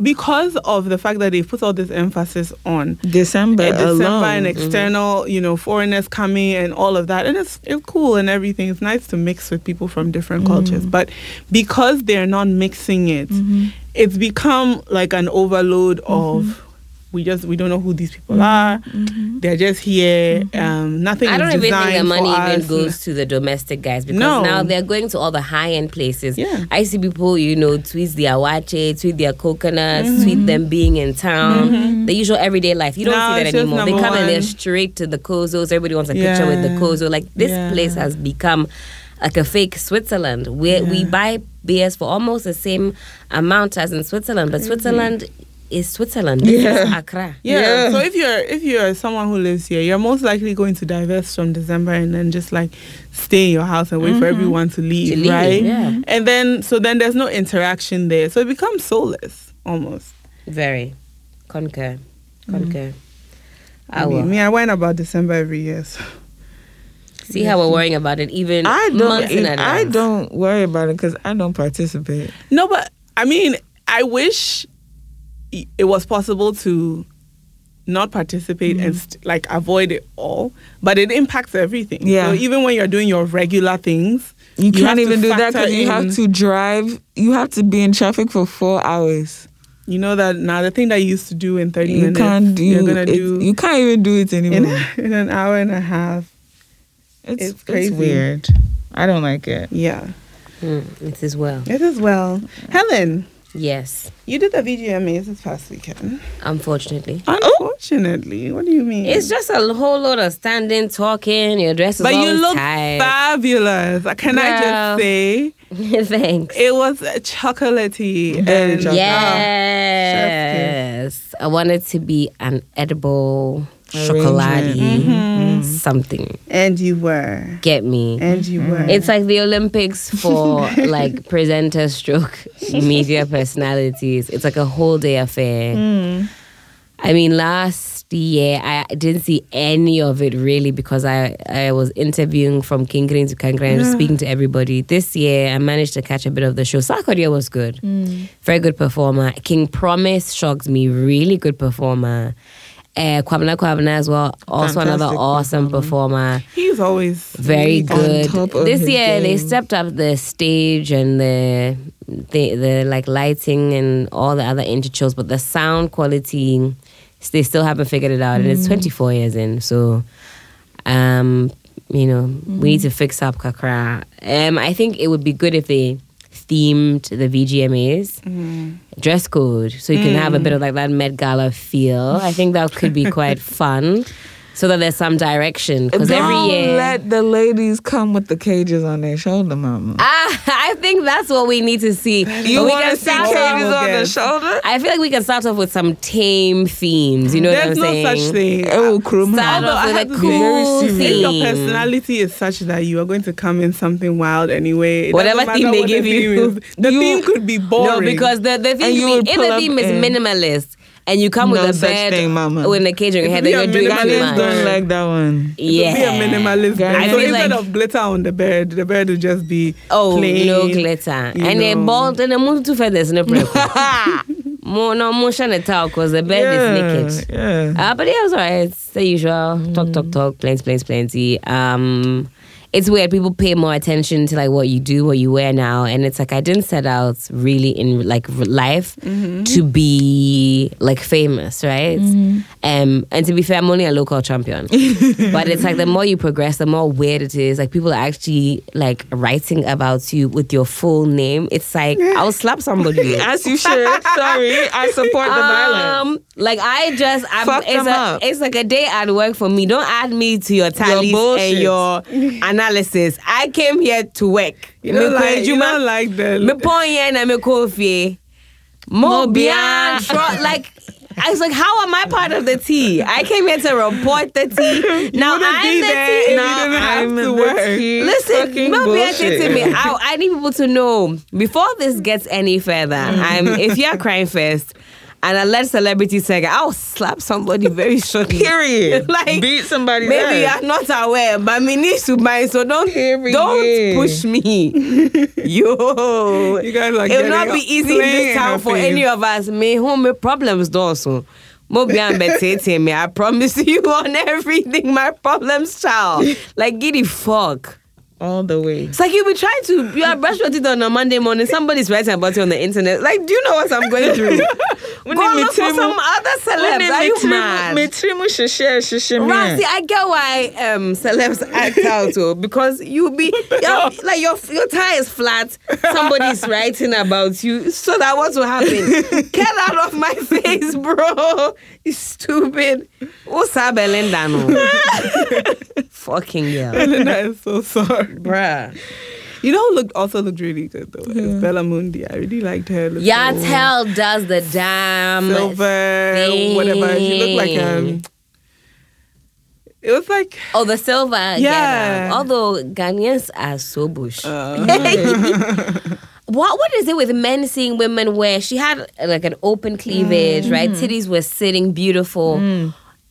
S2: because of the fact that they put all this emphasis on
S3: December,
S2: uh, December
S3: alone.
S2: and
S3: Mm-hmm.
S2: external, you know, foreigners coming and all of that. And it's, it's cool and everything. It's nice to mix with people from different
S3: Mm-hmm.
S2: cultures. But because they're not mixing it,
S3: Mm-hmm.
S2: it's become like an overload of we just we don't know who these
S3: Mm-hmm.
S2: people are. They're just here. Um, nothing.
S1: I
S2: is
S1: don't even think the
S2: designed
S1: money
S2: for
S1: even
S2: us.
S1: goes to the domestic guys because
S2: No.
S1: now they're going to all the high end places.
S2: Yeah.
S1: I see people, you know, tweet their awache, tweet their coconuts,
S2: Mm-hmm.
S1: tweet them being in town, the usual everyday life. You don't
S2: No,
S1: see
S2: Mm-hmm. it's
S1: that
S2: just
S1: anymore. They
S2: number
S1: come and they're
S2: one.
S1: straight to the Kozos. Everybody wants a picture with the
S2: Yeah.
S1: Kozo. Like this
S2: Yeah.
S1: place has become like a fake Switzerland where we buy beers for almost the same amount as in Switzerland, but Switzerland is Switzerland. This is Accra.
S2: Mm-hmm. Yeah.
S3: Yeah.
S2: So if you're if you're someone who lives here, you're most likely going to divest from December and then just like stay in your house and wait
S3: Mm-hmm.
S2: for everyone to leave,
S1: To leave,
S2: right?
S1: yeah.
S2: And then so then there's no interaction there, so it becomes soulless almost.
S1: Very. Concur. Concur. I
S2: I
S1: will.
S2: mean, me, I whine about December every year. So.
S1: See how we're worrying about it even
S3: I
S1: months
S3: don't.
S1: in
S3: even- I
S1: advance.
S3: don't worry about it because I don't participate.
S2: No, but I mean, I wish i- it was possible to not participate and
S3: Mm-hmm.
S2: st- like avoid it all, but it impacts everything.
S3: Yeah.
S2: So even when you're doing your regular things,
S3: You, can't
S2: have to
S3: even do that
S2: factor
S3: because you
S2: in-
S3: have to drive. You have to be in traffic for four hours.
S2: You know that now the thing that you used to do in 30
S3: You
S2: minutes,
S3: can't do.
S2: you're gonna
S3: it-
S2: do
S3: You can't even do it
S2: in,
S3: anymore.
S2: in an hour and a half.
S3: It's,
S2: it's
S3: it's,
S2: crazy.
S3: weird. I don't like it.
S2: Yeah,
S1: Mm, it is well.
S2: it is well. Helen,
S1: Yes,
S2: you did the VGMAs this past weekend.
S1: unfortunately.
S2: Unfortunately, what do you mean?
S1: It's just a whole lot of standing, talking. Your dress is
S2: but you
S1: always
S2: look
S1: tight.
S2: fabulous. Uh, Can I
S1: Girl.
S2: just say
S1: Thanks.
S2: it was uh, chocolatey and
S3: Very
S2: uh,
S3: chocolatey.
S1: Yes, I wanted to be an edible chocolatey
S3: Mm-hmm.
S1: something.
S2: and you were
S1: Get me.
S2: and you were.
S1: It's like the Olympics for like presenter stroke media personalities. It's like a whole day affair. I mean, last year I didn't see any of it really because I, I was interviewing from King Green to King Green, speaking to everybody. This year I managed to catch a bit of the show. Sarkodia was good, very good performer. King Promise shocked me, really good performer. Uh, Kwamna Kwamna as well, also another
S3: Fantastic
S1: awesome performer
S2: He's always
S1: very
S2: really
S1: good.
S3: top of
S1: This
S3: his
S1: year they
S3: game.
S1: stepped up the stage and the the, the like lighting and all the other interchills, but the sound quality s- they still haven't figured it out, and it's 24 years in. So, um, you know, we need to fix up Kakra. Um, I think it would be good if they themed the VGMAs dress code so you can have a bit of like that Met Gala feel. I think that could be quite fun. So that there's some direction because every
S3: Don't
S1: year
S3: let the ladies come with the cages on their shoulder, mama.
S1: Ah, I think that's what we need to see.
S3: you
S1: But we
S3: want
S1: can
S3: to see
S1: start
S3: cages
S2: Katie
S1: off.
S3: on their
S2: Yes.
S3: shoulder?
S1: I feel like we can start off with some tame themes. You know
S2: There's
S1: what I'm
S2: no
S1: saying? Oh,
S2: such thing.
S3: It will chrome
S1: Start
S3: her.
S1: off
S2: I
S1: with
S2: have
S1: a
S2: to be very
S1: cool
S3: serious.
S2: If your
S1: theme.
S2: personality is such that you are going to come in something wild anyway, it
S1: Whatever
S2: doesn't matter
S1: theme they
S2: what the
S1: give you.
S2: theme is. the
S1: You-
S2: theme could be
S1: No,
S2: boring.
S1: because the, the thing
S3: And
S1: be-
S3: you will
S1: if
S3: pull
S1: the
S3: up
S1: theme is
S3: in-
S1: minimalist and you come with
S3: No
S1: a
S3: such
S1: bed
S3: thing, mama.
S1: with a cage on your
S2: If
S1: head, then
S2: you
S1: you're
S2: are
S1: doing too
S2: minimalist,
S1: much.
S3: Ghanaians don't like that one.
S1: yeah.
S2: be a minimalist bed.
S3: I
S2: so
S1: feel
S2: instead
S1: like-
S2: of glitter on the bed, the bed would just be
S1: Oh,
S2: plain.
S1: no glitter. And
S2: you
S1: a
S2: know.
S1: bald and a moon too feathers no problem. More no motion at all because the bed is naked.
S3: Yeah.
S1: Uh, but yeah, it was alright. It's the usual talk, talk, talk, planes, planes, plenty. Um, it's weird. People pay more attention to like what you do, what you wear now, and it's like I didn't set out really in like r- life to be like famous, right? Um, and to be fair, I'm only a local champion. but it's like the more you progress, the more weird it is. Like people are actually like writing about you with your full name. It's like I'll slap somebody.
S3: As you should. Sorry, I support the violence.
S1: Um, like I just, I'm,
S3: Fuck
S1: it's,
S3: them
S1: a,
S3: up.
S1: it's like a day at work for me. Don't add me to your tallies
S3: bullshit.
S1: and your analysis. I came here to work.
S2: You know,
S1: Me
S2: like, you
S1: kwenjuma,
S2: know, like
S1: me
S2: the.
S1: pon here na me kofie. Mo
S3: Mo
S1: bia
S3: bia.
S1: tro- like. I was like, how am I part of the tea? I came here to report the tea. Now
S2: wouldn't
S1: I'm
S2: be
S1: the
S2: there
S1: tea.
S2: if you
S1: Now
S2: didn't have
S1: I'm
S2: to
S1: the
S2: work.
S1: tea. Listen, not be to me. I, I need people to know before this gets any further.
S2: Mm.
S1: I'm if you're crying first, and I let celebrity say, I'll slap somebody very shortly.
S3: Period.
S1: Like,
S3: Beat somebody.
S1: Maybe you're not aware, but me needs to mind. So don't
S3: Period.
S1: don't push me. Yo,
S2: You guys
S1: it
S2: are
S1: will
S2: getting
S1: not be easy in
S2: plain
S1: this town for
S2: happy.
S1: any of us. Me home me problems though so. Mo be am betete me. I promise you on everything, my problems, child. Like giddy fuck.
S3: All the way.
S1: It's like you be trying to you are brush your teeth on a Monday morning. Somebody's writing about you on the internet. Like, do you know what I'm going through? Go
S3: Wouldn't it
S1: look for
S3: be
S1: some other celebs. Are you mad? Right, see, I get why um, celebs act out oh, because you be your, like your your tire is flat. Somebody's writing about you, so that what will happen? get out of my face, bro! You stupid. What's up, Belinda? no? Fucking girl,
S2: Elena is so sorry.
S1: bruh.
S2: You know who looked also looked really good though. It's Bella Mundi. I really liked her. look.
S1: Yatel does the damn
S2: silver, whatever. She looked like um. It was like
S1: Oh, the silver. Yeah.
S2: Yeah.
S1: Although Ghanaians are so bush.
S2: Uh.
S1: what What is it with men seeing women where she had uh, like an open cleavage,
S3: Mm.
S1: right? Titties were sitting beautiful.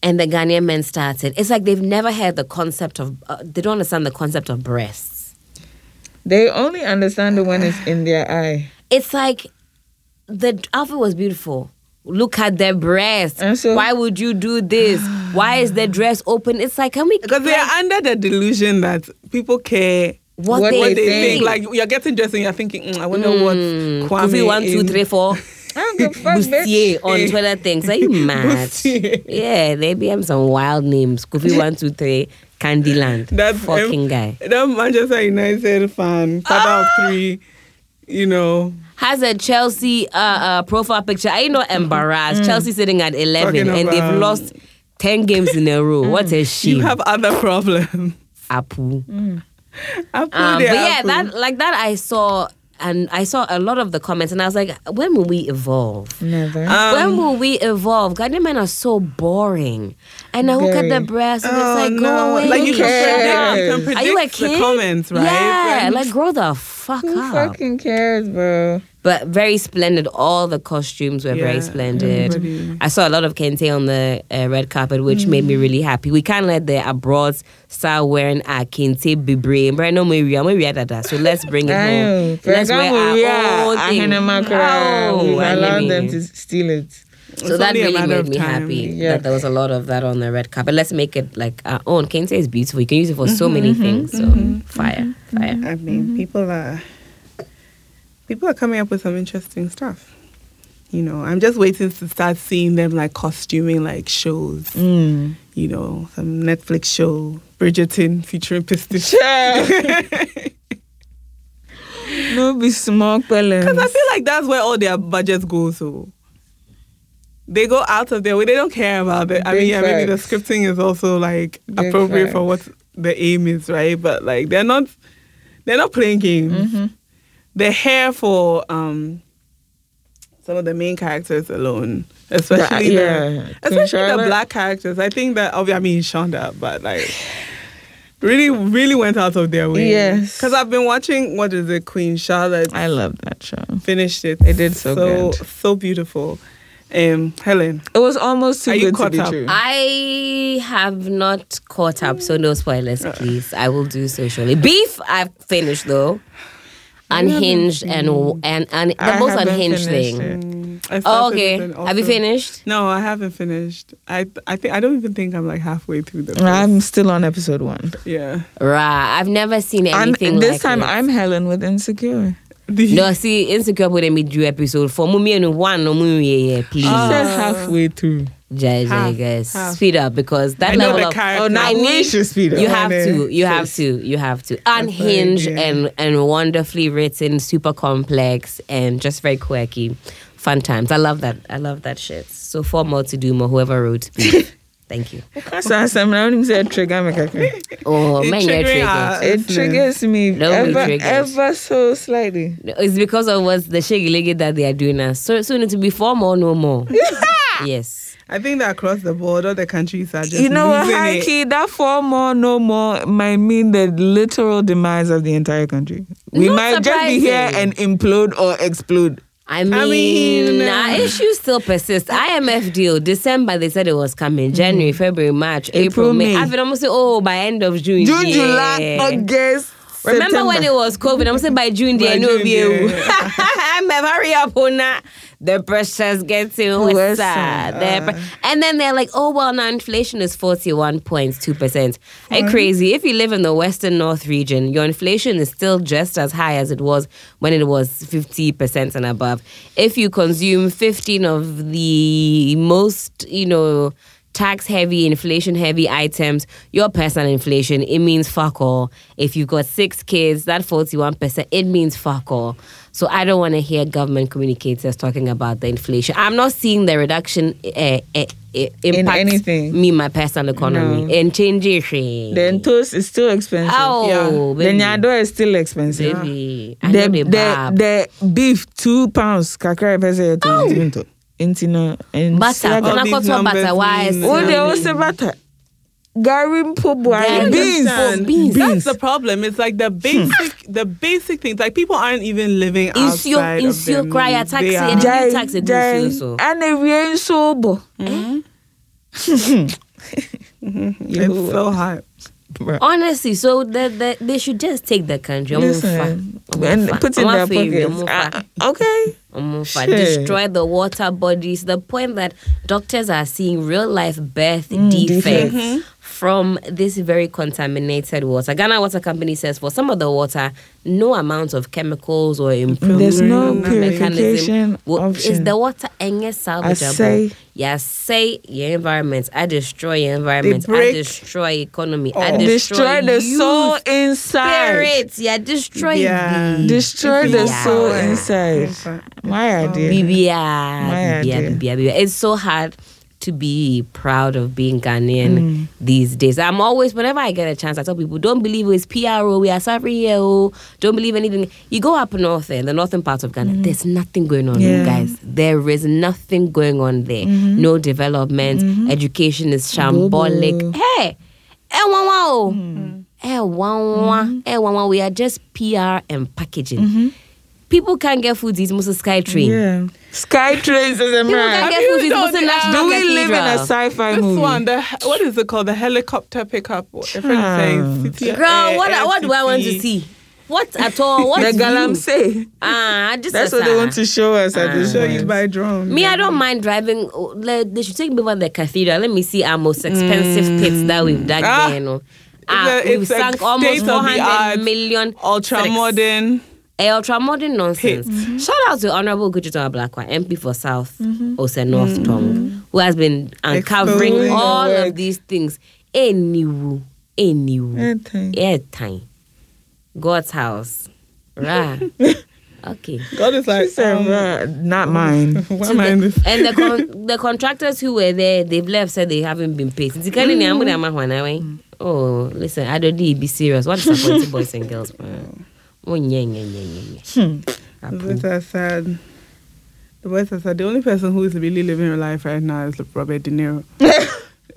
S1: And the Ghanaian men started. It's like they've never had the concept of, uh, they don't understand the concept of breasts.
S3: They only understand it when it's in their eye.
S1: It's like the outfit was beautiful. Look at their breast.
S3: And so-
S1: Why would you do this? Why is the dress open? It's like, can we?
S2: Because they are under the delusion that people care
S1: What,
S3: what
S1: they,
S2: what they
S1: think.
S2: think. Like you're getting dressed and you're thinking, mm, I wonder what Kwame
S1: Kofi Hmm. one two
S2: in-
S1: three four
S3: I don't give a fuck,
S1: Bustier on Twitter things. Are you mad?
S2: Bustier.
S1: yeah, they be having some wild names. Kofi one two three Candyland. That
S2: That's
S1: fucking
S2: um,
S1: guy
S2: That Manchester United fan, father of
S1: Ah!
S2: three. You know,
S1: has a Chelsea uh, uh, profile picture. Are you not embarrassed? Chelsea sitting at eleven
S2: Mm. Talking
S1: and
S2: about- Mm.
S1: they've lost ten games in a row. What a shame,
S2: you have other problems.
S1: Apu.
S2: Apple,
S1: Um, but
S2: they
S1: yeah,
S2: apple.
S1: that like that I saw and I saw a lot of the comments and I was like, when will we evolve?
S3: Never.
S1: when
S2: Um,
S1: will we evolve? Ghanaian men are so boring. And I look at the
S3: Very.
S1: breasts and
S2: Oh,
S1: it's like,
S2: no.
S1: go away.
S2: Like,
S3: you
S1: shut
S3: can predict-
S1: up.
S3: you can
S1: are you a
S2: predict the
S1: kid?
S2: comments, right?
S1: Yeah,
S2: When-
S1: like grow the fuck
S3: Who
S1: up.
S3: fucking cares, bro?
S1: But very splendid. All the costumes were very
S2: Yeah,
S1: splendid.
S2: everybody. Mm.
S1: I saw a lot of Kente on the uh, red carpet, which made me really happy. We can't let the abroad start wearing our Kente bibre. But no, we are, we are that. So let's bring it home.
S3: Damn. For
S1: Let's wear
S3: example,
S1: our
S3: yeah,
S1: own
S3: I
S1: thing.
S3: had a macra.
S1: Oh,
S3: We
S1: I
S3: allowed
S1: mean-
S3: them to steal it.
S1: so that
S2: only a
S1: really
S2: matter
S1: made
S2: of
S1: me
S2: time.
S1: happy
S3: Yeah.
S1: that there was a lot of that on the red carpet. Let's make it like our own. Kente is beautiful. You can use it for
S3: Mm-hmm,
S1: so many things. So fire, fire.
S2: I
S1: Mm-hmm.
S2: mean, people are people are coming up with some interesting stuff. You know, I'm just waiting to start seeing them like costuming like shows.
S3: Mm.
S2: You know, some Netflix show, Bridgerton featuring Pistis.
S3: no be small
S2: Because I
S3: balance.
S2: feel like that's where all their budgets go. So they go out of their way. They don't care about it. I
S3: Big
S2: mean, yeah, maybe the
S3: facts.
S2: scripting is also like
S3: Big
S2: appropriate for what the aim is, right? But like they're not, they're not playing games.
S3: Mm-hmm.
S2: Their hair for um some of the main characters alone, especially
S3: yeah,
S2: the,
S3: Queen
S2: especially the
S3: Charlotte.
S2: black characters. I think that obviously I mean Shonda, but like. Really, really went out of their way.
S3: Yes.
S2: because I've been watching what is it, Queen Charlotte
S3: I love that show.
S2: finished it.
S3: They did so
S2: so
S3: good.
S2: so beautiful. Um, Helen,
S3: It was almost too
S2: Are you
S3: good to
S2: caught
S3: be
S2: up?
S3: true.
S1: I have not caught up, so no spoilers,
S3: Uh.
S1: please. I will do so shortly. Beef, I've finished though. Unhinged and and, and the
S3: I
S1: most
S3: haven't
S1: unhinged
S3: finished
S1: thing.
S3: it.
S2: I
S1: Oh,
S2: started
S1: okay.
S2: it and
S1: Have you
S2: also-
S1: finished?
S2: No, I haven't finished. I I think I don't even think I'm like halfway through the.
S3: I'm still on episode one.
S2: first- yeah.
S1: Right. I've never seen
S3: And
S1: anything
S3: this
S1: like
S3: time
S1: it.
S3: I'm Helen with Insecure.
S2: The-
S1: no, see, insecure with me do episode four. Mummy and one, no mummy, yeah, yeah, please.
S3: She said halfway through.
S1: Jai Jai
S2: Half,
S1: guys,
S2: half.
S1: speed up because that
S2: I know
S1: level
S2: the
S1: of
S2: character.
S3: Oh, now
S1: I
S3: we
S1: need-
S3: should speed up.
S1: you have to, you have
S3: Yes.
S1: to, you have to unhinge
S2: yeah.
S1: and and wonderfully written, super complex and just very quirky. Fun times. I love that. I love that shit. So four more to do more. Whoever wrote, Beef. thank you.
S3: So I said, I don't even say trigger me kaka.
S1: Oh
S2: It
S1: man, you're
S2: triggering
S1: triggered.
S2: our-
S3: It triggers me
S1: No, it
S3: ever,
S1: triggers.
S3: ever so slightly.
S1: It's because of what the shaky legged that they are doing now. So soon it will be four more, no more. yes.
S2: I think that across the board, all the countries are just
S3: You know what,
S2: losing
S3: high
S2: it.
S3: key, that four more, no more might mean the literal demise of the entire country. We
S1: Not
S3: might just be here
S1: surprising.
S3: and implode or explode.
S1: I mean,
S2: mean,
S1: our issues still persist. IMF deal, oh, December, they said it was coming. January, February, March, April,
S3: Mm. April,
S1: May.
S3: May.
S1: I've been almost say, oh, by end of June.
S3: June,
S1: yeah.
S3: July, August.
S1: Remember
S3: September.
S1: when it was COVID? I'm saying by June, they
S2: By
S1: know
S2: June,
S1: you.
S2: yeah.
S1: I'm hurry up, Hona. The pressure's getting worse.
S3: Worse,
S1: ah.
S2: uh,
S1: The pre- and then they're like, oh, well, now inflation is 41.2%. Are you crazy? If you live in the Western North region, your inflation is still just as high as it was when it was 50% and above. If you consume 15 of the most, you know, tax heavy, inflation heavy items, your personal inflation, it means fuck all. If you've got six kids, that 41%, it means fuck all. So I don't want to hear government communicators talking about the inflation. I'm not seeing the reduction uh, uh, uh, impact
S3: anything.
S1: me, my personal economy,
S3: No.
S1: and change it.
S3: Then toast is still expensive.
S1: oh,
S3: The
S1: baby.
S3: nyado is still expensive.
S1: baby. I know they
S3: The,
S1: bab.
S3: the, the beef, two pounds. Kakra pese to into. Intino and
S1: Oh. butter,
S2: All
S1: kuna
S2: these
S1: kotoa
S2: numbers
S1: butter, why?
S2: mean-
S3: Oh,
S2: Yeah.
S3: they also butter. Garim pobo
S1: Yeah,
S3: and
S1: I
S3: beans. Hmm.
S2: understand.
S1: Beans.
S2: That's the problem. It's like the basic, the basic things. Like people aren't even living
S1: Insure-
S2: outside of
S1: insure
S2: their
S1: cry
S2: means.
S1: taxi
S2: They
S1: and
S2: are-
S1: then-
S3: Jai-
S1: tax it
S3: Jai-
S1: also, so.
S3: And a rain sobo.
S2: It's so high.
S3: Bruh.
S1: Honestly, so that the, they should just take the country. Omo
S3: Listen,
S1: fa, omo
S3: and
S1: fa,
S3: put in
S1: omo
S3: their
S1: fa,
S3: pockets.
S1: omo
S3: Ah,
S1: fa,
S3: ah, okay.
S1: omo fa.
S3: Shit.
S1: Destroy the water bodies. The point that doctors are seeing real life birth
S3: Mm, defects. Mm-hmm.
S1: defects from this very contaminated water. Ghana Water Company says for some of the water, no amount of chemicals or improvement
S3: There's no purification
S1: mechanism will, is
S3: option.
S1: the water any salvageable.
S3: say-
S1: yeah, say your environment. I destroy your environment. I
S2: break
S1: destroy economy. I
S2: all.
S1: Oh. destroy,
S3: Oh. Destroy the
S1: you,
S3: soul inside.
S1: Spirits, yeah, destroy
S2: Yeah.
S1: the
S3: Destroy the
S1: Yeah.
S3: soul
S1: Yeah.
S3: inside. My
S1: Oh,
S3: idea. My
S1: Bibia,
S3: idea.
S1: bibia, bibia, bibia. It's so hard to be proud of being Ghanaian
S3: Mm.
S1: these days. I'm always, whenever I get a chance, I tell people, don't believe it's PRO, we are suffering here, oh, don't believe anything. You go up north there, the northern part of Ghana, there's nothing going on,
S3: Mm. Yeah. Mm-hmm.
S1: guys. There is nothing going on there. No development, education is shambolic.
S3: Boo-boo.
S1: Hey, eh, wow, wow.
S3: Mm.
S1: Eh, wow, wow.
S3: Mm-hmm.
S1: Eh, wow, wow. We are just PR and packaging. People can't get food, it's mostly sky train.
S3: Yeah. Sky trains is a
S1: People can
S3: man.
S1: get
S2: you
S1: food. It's
S2: know
S1: Muslim
S2: that-
S1: National
S3: Do we live in a
S1: Cathedral.
S3: sci-fi
S2: This
S3: movie?
S2: one, the what is it called? The helicopter pickup. What the friend
S3: Child.
S2: saying? City
S1: Girl,
S2: Air,
S1: what, what do I want to
S2: LCC.
S1: see? What at all? What
S3: eh, the
S1: view?
S3: Galamsey.
S1: Ah, I just
S3: That's what they want to show us at this
S2: Show you
S3: point.
S2: by drone.
S1: Me, I don't mind driving. Oh, Like, they should take me over the cathedral. Let me see our most expensive
S3: Mm.
S1: pits that we've dug
S2: Ah.
S1: there. You know. Ah,
S2: a-
S1: we've
S2: it's a
S1: sunk almost
S2: state-of-the-art
S1: 400 million.
S2: Ultra
S1: cedis.
S2: modern.
S1: Eh, ultra modern nonsense.
S3: Mm-hmm.
S1: Shout out to Honorable Gujitua Blackwell, MP for South
S3: Mm-hmm.
S1: Ose North Tong, who has been uncovering
S2: Exposing the
S1: all
S3: work.
S1: of these things. Anywho, anywho.
S3: Eh, thank-
S1: Yeah, time. God's house. Rah. okay.
S2: God is like,
S3: She said,
S2: um,
S3: "Bruh, Not mine.
S2: why
S1: So
S2: am I
S1: the-
S2: in this?
S1: and the con- the contractors who were there, they've left said they haven't been paid. Nti kani ni
S3: Mm.
S1: ambu ni ama hwana we? Oh, listen, I don't need be serious. What disappointing boys and girls, man. Oh, yeah, yeah, yeah, yeah, yeah.
S2: The
S1: Apo.
S2: boys are sad. The boys are sad. The only person who is really living her life right now is Robert De Niro.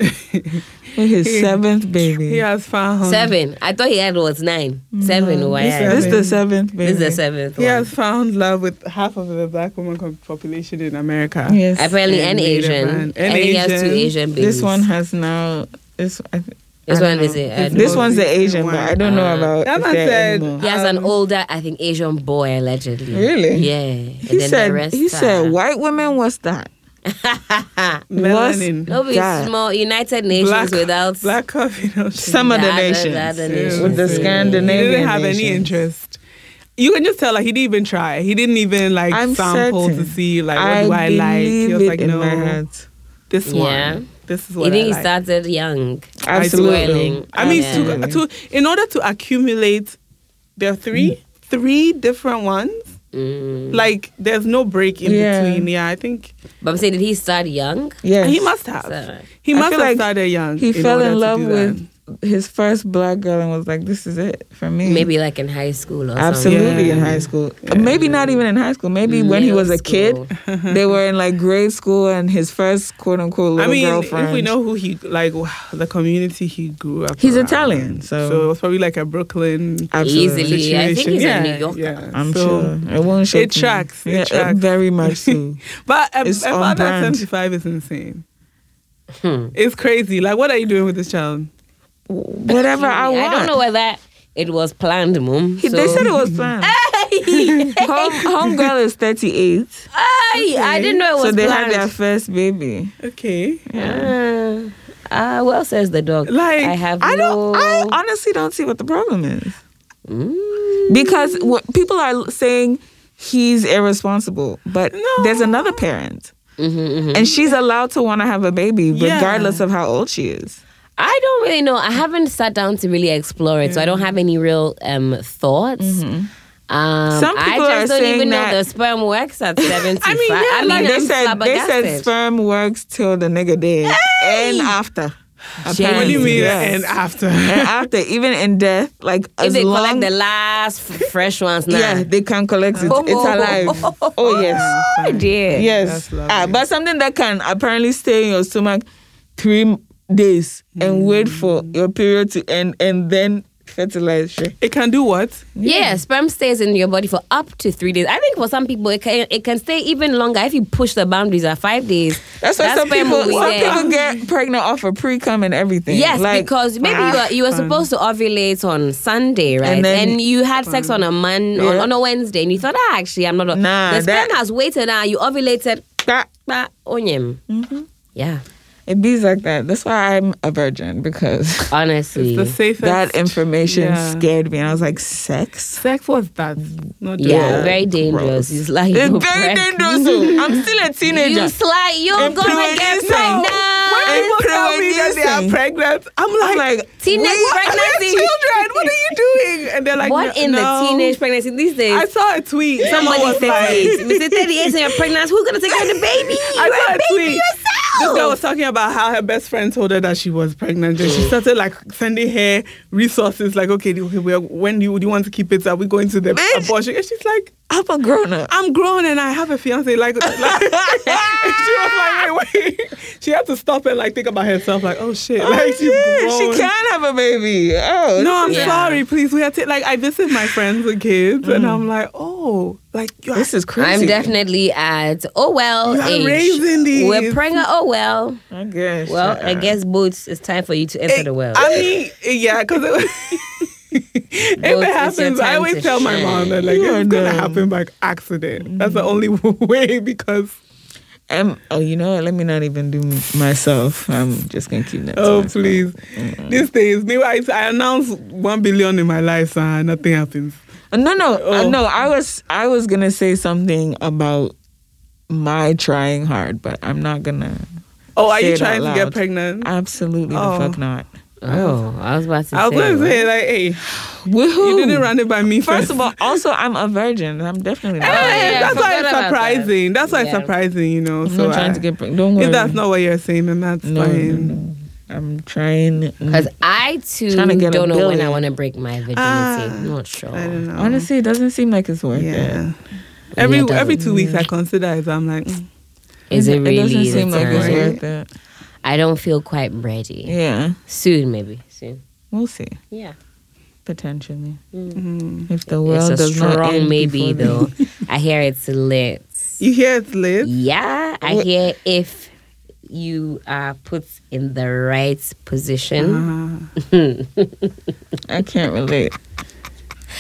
S3: With his seventh
S2: He
S3: baby.
S2: has found
S1: Seven. I thought he had was nine. Seven. oh, Why?
S3: Mm. This is the seventh
S1: This
S3: baby.
S1: is the seventh.
S2: He
S1: one.
S2: has found love with half of the black woman com- population in America.
S3: Yes.
S1: Apparently, an
S2: And made a
S1: Asian.
S2: man.
S1: And,
S2: And
S1: he has two
S2: Asian.
S1: Asian babies.
S3: This one has now. This, I, th-
S1: This
S3: I don't
S1: one
S3: know.
S1: is a- uh, I
S3: This
S1: don't-
S3: one's the Asian, but I don't know
S1: Uh,
S3: about.
S2: That
S3: if
S2: man
S3: they're
S2: said-
S3: anymore.
S1: He has an
S2: Um,
S1: older, I think, Asian boy allegedly.
S3: Really?
S1: Yeah. And
S3: He
S1: then
S3: said.
S1: the rest
S3: he said,
S1: are-
S3: "White women, what's that?
S2: Melanin.
S1: No, be
S3: God.
S1: small United Nations
S2: black,
S1: without
S2: black coffee. no shade.
S3: Some of the
S1: The other- the
S3: nations,
S1: other
S3: with the
S1: nations, yeah.
S3: Scandinavian
S2: He didn't have any
S3: nations.
S2: interest. You can just tell like he didn't even try. He didn't even like
S3: I'm
S2: sample
S3: certain.
S2: to see like what do I like. He
S3: believe
S2: was
S3: it
S2: like,
S3: in
S2: no,
S3: my heart.
S2: this
S1: Yeah.
S2: one, this is
S1: You
S2: what
S1: think he
S2: I like.
S1: started young.
S3: Absolutely.
S1: Swirling.
S2: I mean,
S1: Yeah.
S2: to, to in order to accumulate, there are three three different ones.
S1: Mm.
S2: Like there's no break in
S3: Yeah.
S2: between. Yeah, I think
S1: But I'm saying, did he start young?
S3: Yes.
S2: he must have.
S1: So-
S2: He
S3: I
S2: must
S3: feel
S2: have
S3: like
S2: started young.
S3: He fell
S2: order
S3: in
S2: to
S3: love
S2: do
S3: with his first black girl and was like, "This is it for me."
S1: Maybe like in high school or something.
S3: Absolutely
S2: Yeah.
S3: in high school. Maybe not even in high school. Maybe when he
S1: Middle
S3: was a
S1: school.
S3: kid, they were in like grade school and his first quote unquote
S2: that. I
S3: little
S2: mean,
S3: girlfriend.
S2: if we know who he like, the community he grew up.
S3: He's
S2: around.
S3: Italian, so-
S2: so it was probably like a Brooklyn.
S3: Absolutely.
S1: Easily. Yeah, I think he's a New Yorker.
S3: I'm
S2: so-
S3: sure it won't show.
S2: It tracks, it tracks.
S3: very much so.
S2: But um, a, a
S3: It's on
S2: father at
S3: brand.
S2: 75 is insane.
S1: Hmm.
S2: It's crazy. Like, what are you doing with this child?
S3: Whatever I
S1: I
S3: want.
S1: don't know whether it was planned, mom.
S3: He- They said it was planned. Home homegirl is 38,
S1: Ay, I didn't know it was
S3: so they
S1: planned.
S3: had their first baby.
S2: Okay.
S1: Ah, ah, well, says the dog.
S2: Like,
S1: I have
S3: I
S1: no.
S3: don't. I honestly don't see what the problem is
S1: Mm.
S3: because what, people are saying he's irresponsible, but
S2: No.
S3: there's another parent.
S1: Mhm, mhm.
S3: and she's allowed to want to have a baby
S2: Yeah.
S3: regardless of how old she is.
S1: I don't really know. I haven't sat down to really explore it, so I don't have any real um, thoughts. Um,
S3: Mm-hmm. Some
S1: I
S3: people
S1: just
S3: are
S1: don't
S3: saying
S1: even
S3: that-
S1: know the sperm works at 75.
S2: I mean, yeah,
S1: I
S2: like
S1: mean,
S3: they
S1: I'm
S3: said they said
S1: flabbergasted.
S3: sperm works till the nigga dead and after.
S1: Jeez.
S2: What do you mean?
S3: Yes.
S2: And after.
S3: And after, even in death, like
S1: If
S3: as
S1: they
S3: long,
S1: collect the last f- fresh ones now.
S3: yeah, they can collect it. It's alive. Oh yes,
S1: Oh, dear.
S3: yes.
S2: That's lovely.
S3: Ah, but something that can apparently stay in your stomach three m- days and wait for your period to end and then fertilizer.
S2: It can do what?
S1: Yeah. sperm stays in your body for up to three days. I think for some people it can it can stay even longer if you push the boundaries at five days.
S3: That's why
S1: that
S3: some
S1: sperm
S3: people
S1: will be
S3: some
S1: there.
S3: people get pregnant off of pre cum and everything.
S1: Yes,
S3: Like,
S1: because maybe you
S2: ah,
S1: were,
S2: um,
S1: you were supposed to ovulate on Sunday, right? And,
S3: then-
S1: you had sex
S2: um,
S1: on a Mon on,
S3: Yeah.
S1: on a Wednesday, and you thought, ah, actually, I'm not. A,
S3: Nah,
S1: the sperm
S3: that-
S1: has waited. Ah, you ovulated.
S3: that
S1: Ah, onyem.
S2: Mm-hmm.
S1: Yeah,
S3: it bees like that. That's why I'm a virgin because
S1: honestly.
S2: The safest.
S3: that information
S2: Yeah.
S3: scared me, and I was like, sex.
S2: Sex was that. Not
S1: yeah,
S2: that.
S1: very dangerous.
S3: gross.
S1: It's like
S3: It's
S1: you're
S3: very
S1: preg-
S3: dangerous. so I'm still a
S1: You
S3: teenager.
S1: sly, you're gonna get
S3: Influencer.
S2: When
S1: pregnant.
S3: Why-
S2: people tell me that they are
S3: Introducing.
S2: pregnant, I'm
S3: I'm
S2: like,
S3: like
S1: Teenage
S2: "What? Are they
S1: pregnancy.
S2: children, what are you doing? And they're like,
S1: what
S2: "No,
S1: in
S2: no."
S1: the teenage pregnancy these days?
S2: I saw a tweet. Someone
S1: Somebody
S2: was like,
S1: 38. We say 38 and you're pregnant. Who's gonna take care of the baby? You're
S2: I saw
S1: a
S2: a
S1: baby
S2: tweet. This girl
S1: yourself.
S2: was talking about how her best friend told her that she was pregnant, and she started like sending her resources, like, okay, do- okay, we're- when do you, do you want to keep it? Are we going to the
S3: Bitch.
S2: abortion? And she's like,
S3: I'm a grown up.
S2: I'm grown and I have a fiance. Like, like- and she was like, wait, wait. She had to stop and like think about herself, like, oh shit,
S3: Oh,
S2: like she's
S3: yeah,
S2: grown.
S3: she can have a baby. Oh
S2: No, I'm
S1: Yeah.
S2: sorry, please. We had to like I visit my friends with kids, and I'm like, oh, like you
S3: Mm. this is crazy.
S1: I'm definitely at oh well
S2: You are
S1: age.
S2: raising these.
S1: We're pregnant. Oh well.
S3: I guess.
S1: Well,
S3: shut
S1: I
S3: up.
S1: guess boots. It's time for you to enter
S2: It-
S1: the well.
S2: I mean, yeah, because if
S1: Well, it's
S2: it
S1: your
S2: happens,
S1: time
S2: I always
S1: to
S2: tell my mom that like
S3: You are
S2: it's gonna
S3: dumb. Mm.
S2: happen by accident. That's the only way because
S3: Um, oh, you know what? Let me not even do m- myself. I'm just gonna keep that. to
S2: oh
S3: myself.
S2: please,
S3: Mm.
S2: these days. Meanwhile, I, I announced one billion in my life, and nothing happens.
S3: Uh, No, no, uh,
S2: Oh.
S3: no. I was, I was gonna say something about my trying hard, but I'm not gonna.
S2: Oh, are
S3: say
S2: you
S3: it out
S2: trying to get
S3: loud.
S2: pregnant? I,
S3: Absolutely, the
S2: Oh.
S3: fuck not.
S1: oh, I was about to.
S2: was
S1: say,
S2: gonna say like, hey,
S3: Woohoo!
S2: you didn't run it by me first.
S3: First of all, also I'm a virgin. I'm definitely. Not,
S1: Oh,
S2: Hey,
S1: yeah, I
S2: that's why
S1: forgot
S2: it's
S1: about
S2: surprising. That's why it's
S1: Yeah.
S2: surprising, you know.
S3: I'm
S2: so
S3: not trying
S2: I-
S3: to get pregnant. Don't worry.
S2: if that's not what you're saying, then that's
S3: no, no,
S2: fine.
S3: no. I'm trying. Mm.
S1: Because I too
S3: Trying to get a
S1: don't know when I
S3: billion.
S1: want to break my virginity.
S2: Ah,
S1: I'm not
S2: I
S1: sure.
S2: don't know.
S3: Honestly, it doesn't seem like it's worth it.
S2: yeah. Every
S1: Yeah, it
S2: every
S1: doesn't-
S2: two weeks I consider it. I'm like, mm.
S1: Is it
S3: It
S1: really?
S3: doesn't
S1: the
S3: seem like it's
S1: time?
S3: worth it.
S1: I don't feel quite ready.
S3: Yeah,
S1: Soon, maybe soon.
S3: we'll see.
S1: Yeah.
S3: Potentially,
S2: mm.
S3: if the world
S1: it's a
S3: does not
S1: strong
S3: end
S1: maybe
S3: before then.
S1: though. I hear it's lit.
S2: you hear it's lit.
S1: Yeah, I
S3: Wh-
S1: hear if you are put in the right position.
S2: Ah.
S3: I can't relate.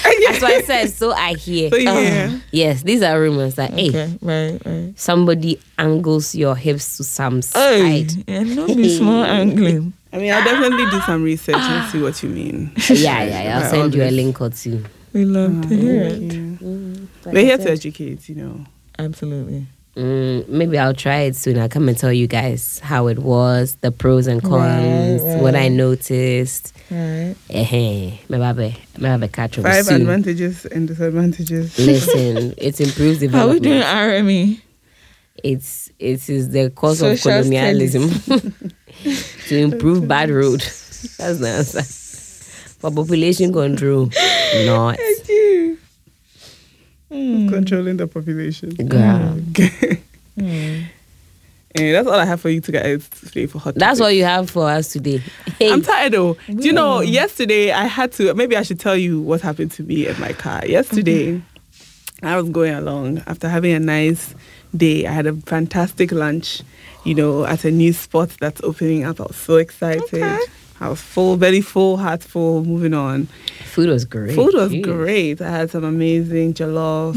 S1: That's what I said. So I hear. Um,
S2: So you
S3: Ah.
S2: hear.
S1: Yes, these are rumors that hey,
S3: Okay, right, right.
S1: somebody angles your hips to some
S3: Hey,
S1: side.
S3: and don't be small angling.
S2: I mean, I'll definitely do some research and see what you mean.
S1: yeah, yeah, yeah. I'll
S2: Right,
S1: send you a
S2: obvious.
S1: link or two.
S3: We love to hear
S2: Thank
S3: it.
S2: you.
S1: Like I
S2: We're here to
S1: said,
S2: educate, you know.
S3: Absolutely.
S1: mm, maybe I'll try it soon. I'll come and tell you guys how it was, the pros and cons,
S3: Right,
S1: what
S3: right.
S1: I noticed.
S3: Right.
S1: Eh, maybe I'll be, maybe I'll be catch up
S2: Five
S1: soon.
S2: advantages and disadvantages.
S1: Listen, it improves
S3: How
S1: development.
S3: we doing E? RME?
S1: it's it is the cause of
S3: Social
S1: colonialism to improve bad road. That's the answer. For population control, not
S3: you.
S2: Controlling the population.
S1: Mm. girl.
S2: Anyway, that's all I have for you to guys today for hot.
S1: That's
S2: topics.
S1: all you have for us today. Hey,
S2: I'm tired though. Do you know, yesterday I had to, maybe I should tell you what happened to me in my car. Yesterday,
S3: Mm-hmm.
S2: I was going along after having a nice day. I had a fantastic lunch, you know, at a new spot that's opening up. I was so excited.
S3: Okay.
S2: I was full, very full, heart full, moving on.
S1: food was great.
S2: Food was
S1: Jeez.
S2: great. I had some amazing jollof,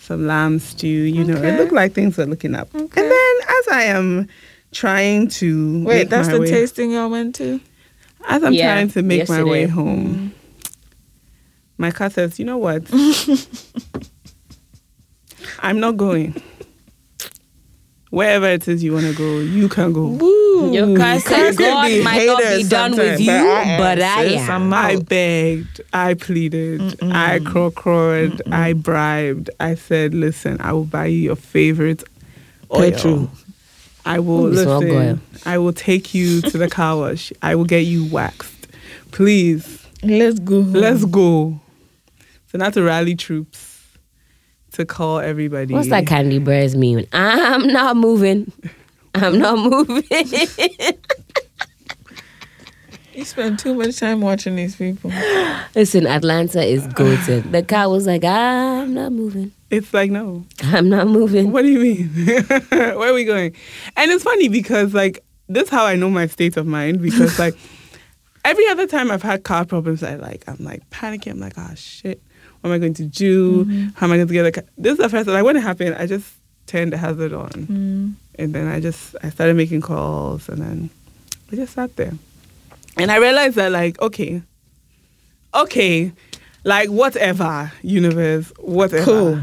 S2: some lamb stew. You know,
S3: Mm-hmm. Okay.
S2: it looked like things were looking up.
S3: Okay.
S2: And then as I am trying to
S3: Wait,
S2: make
S3: that's
S2: my
S3: the
S2: way-
S3: tasting y'all went to?
S2: as I'm
S1: Yeah,
S2: trying to make my
S1: yesterday. Mm-hmm.
S2: way home, my car says, "You know what? I'm not going. Wherever it is you want to go, you can go.
S3: Woo.
S1: Your car
S3: Cars
S1: said
S3: can
S1: God
S3: be
S1: might not be
S3: haters
S1: done with
S3: sometimes,
S1: you,
S3: am,
S1: but I
S3: sis.
S1: am.
S3: I'm out.
S2: I begged, I pleaded, I crocrored, I bribed. I said, "Listen, I will buy you your favorite oil.
S3: Petrol.
S2: I will
S1: Ooh, it's all
S2: listen.
S1: oil.
S2: I will take you to the car wash. I will get you waxed. Please."
S3: Let's go. home.
S2: Let's go. So now to rally troops to call everybody.
S1: What's that candy bears mean? I'm not moving. I'm not moving.
S3: You spend too much time watching these people.
S1: Listen, Atlanta is goated. The car was like, I'm not moving.
S2: It's like no.
S1: I'm not moving.
S2: What do you mean? Where are we going? And it's funny because like this is how I know my state of mind because like every other time I've had car problems, I like I'm like panicking. I'm like, oh shit, what am I going to do? How am I going to get a car? This is the first time. Like when it happened, I just turned the hazard on, and then I just I started making calls, and then I just sat there, and I realized that like okay, okay, like whatever universe, whatever,
S3: Cool.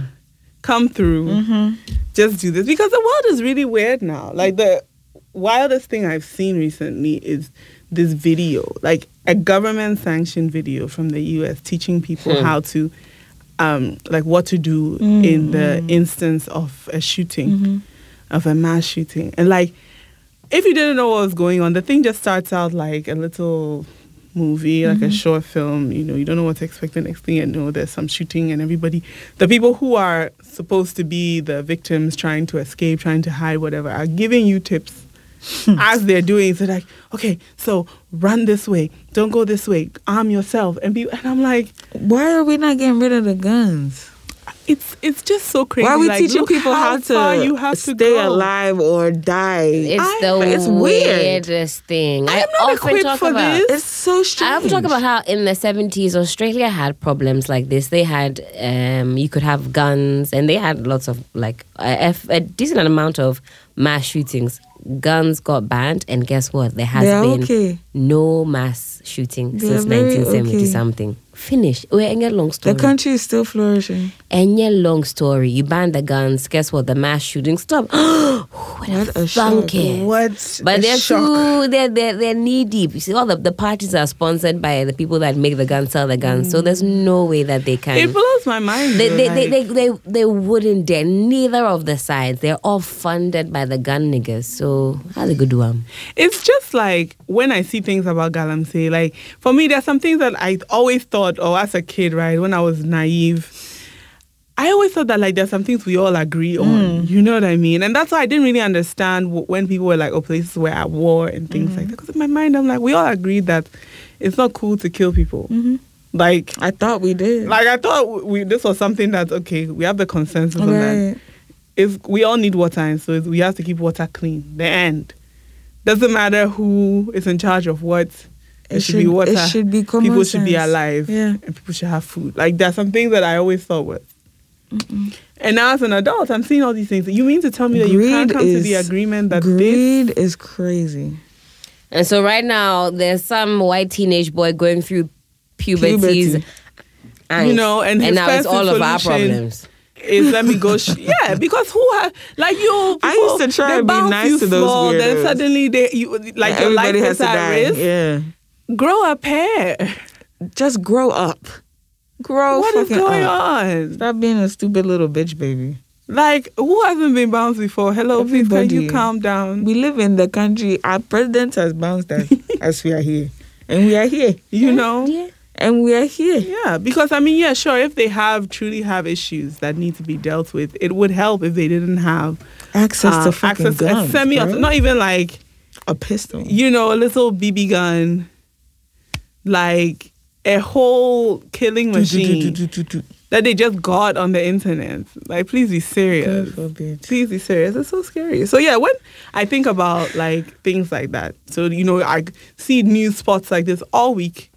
S2: come through just do this because the world is really weird now. Like the wildest thing I've seen recently is this video, like a government sanctioned video from the US teaching people how to um like what to do in the instance of a shooting of a mass shooting. And like if you didn't know what was going on, the thing just starts out like a little movie,
S3: Mm-hmm.
S2: like a short film. You know, you don't know what to expect. The next thing you know, there's some shooting, and everybody, the people who are supposed to be the victims, trying to escape, trying to hide, whatever, are giving you tips as they're doing. it. So like, okay, so run this way, don't go this way, arm yourself, and be. And I'm like,
S3: Why are we not getting rid of the guns?
S2: it's it's just so crazy.
S3: Why are we
S2: Like,
S3: teaching
S2: look
S3: people how,
S2: far
S3: to
S2: you have
S3: stay
S2: to go.
S3: alive or die?
S1: It's
S3: I-
S1: the
S3: it's weird.
S1: weirdest thing.
S2: I
S1: I,
S2: am not
S1: often
S2: equipped
S1: talk
S2: for
S1: about.
S2: this.
S3: It's so strange.
S1: I often talk about how in the seventies Australia had problems like this. They had um, you could have guns, and they had lots of like a, f- a decent amount of mass shootings. Guns got banned, and guess what? There has
S3: They are
S1: been
S3: okay.
S1: no mass shooting
S3: They are
S1: since
S3: very
S1: nineteen seventy
S3: okay.
S1: something. Finish. We're in a long
S3: the
S1: story.
S3: country is still flourishing.
S1: And yeah, long story. You ban the guns. Guess what? The mass shooting stop. what
S3: What
S1: a
S3: a shock.
S1: funky.
S2: What?
S1: But
S2: a
S1: they're
S2: shock.
S1: too, they're, they're, they're knee deep. You see, all the, the parties are sponsored by the people that make the guns, sell the guns. So there's no way that they can.
S2: Mm. It blows my mind.
S1: they,
S2: though,
S1: they, they,
S2: like-
S1: they, they, they wouldn't dare. Neither of the sides. They're all funded by the gun niggas. So that's a good one.
S2: It's just like when I see things about Galamsey, like for me, there's some things that I always thought, or as a kid, right, when I was naive, I always thought that like there's some things we all agree on. You know what I mean? And that's why I didn't really understand w- when people were like, oh, places were at war and things like that. Because in my mind, I'm like, we all agreed that it's not cool to kill people. Like,
S3: I thought we did.
S2: like I thought w- we this was something that okay, we have the consensus on that
S3: Right.
S2: is we all need water, and so it's- we have to keep water clean. The end. Doesn't matter who is in charge of what. It,
S3: It
S2: should, be
S3: should- it
S2: water.
S3: should be common
S2: People should be
S3: sense.
S2: alive.
S3: Yeah.
S2: And people should have food. Like there are some things that I always thought was. And now as an adult, I'm seeing all these things. You mean to tell me that you can't come to the agreement that this?
S3: greed is crazy.
S1: And so right now, there's some white teenage boy going through puberty's
S3: Puberty.
S1: angst.
S2: You know, and his
S1: now it's
S2: first
S1: all of our
S2: solution-
S1: problems.
S2: is let me go. Sh- yeah, because who are like you? People,
S3: I used to try
S2: they
S3: and be
S2: bounce
S3: nice
S2: you
S3: to those
S2: small, Then
S3: weirdos.
S2: suddenly they you like
S3: Yeah,
S2: your life
S3: everybody
S2: is
S3: has to
S2: at
S3: die.
S2: risk.
S3: Yeah.
S2: Grow a pair.
S3: Just grow up. Grow
S2: what is
S3: Oh, fucking
S2: going
S3: up.
S2: on?
S3: Stop being a stupid little bitch, baby.
S2: Like, who hasn't been bounced before? Hello, please, can you
S3: Everybody.
S2: calm down?
S3: We live in the country. Our president has bounced us as we are here. And we are here.
S2: You know? Yeah.
S3: And we are here.
S2: because I mean, yeah, sure, if they have truly have issues that need to be dealt with, it would help if they didn't have
S3: Access
S2: uh,
S3: to fucking
S2: access
S3: guns,
S2: a semi,
S3: bro.
S2: not even like
S3: a pistol.
S2: you know, a little BB gun, like a whole killing
S3: Do, do, do,
S2: machine
S3: do, do, do, do.
S2: that they just got on the internet. Like, please be serious.
S3: God forbid.
S2: Please be serious. It's so scary. So yeah, when I think about like things like that, so you know, I see news spots like this all week.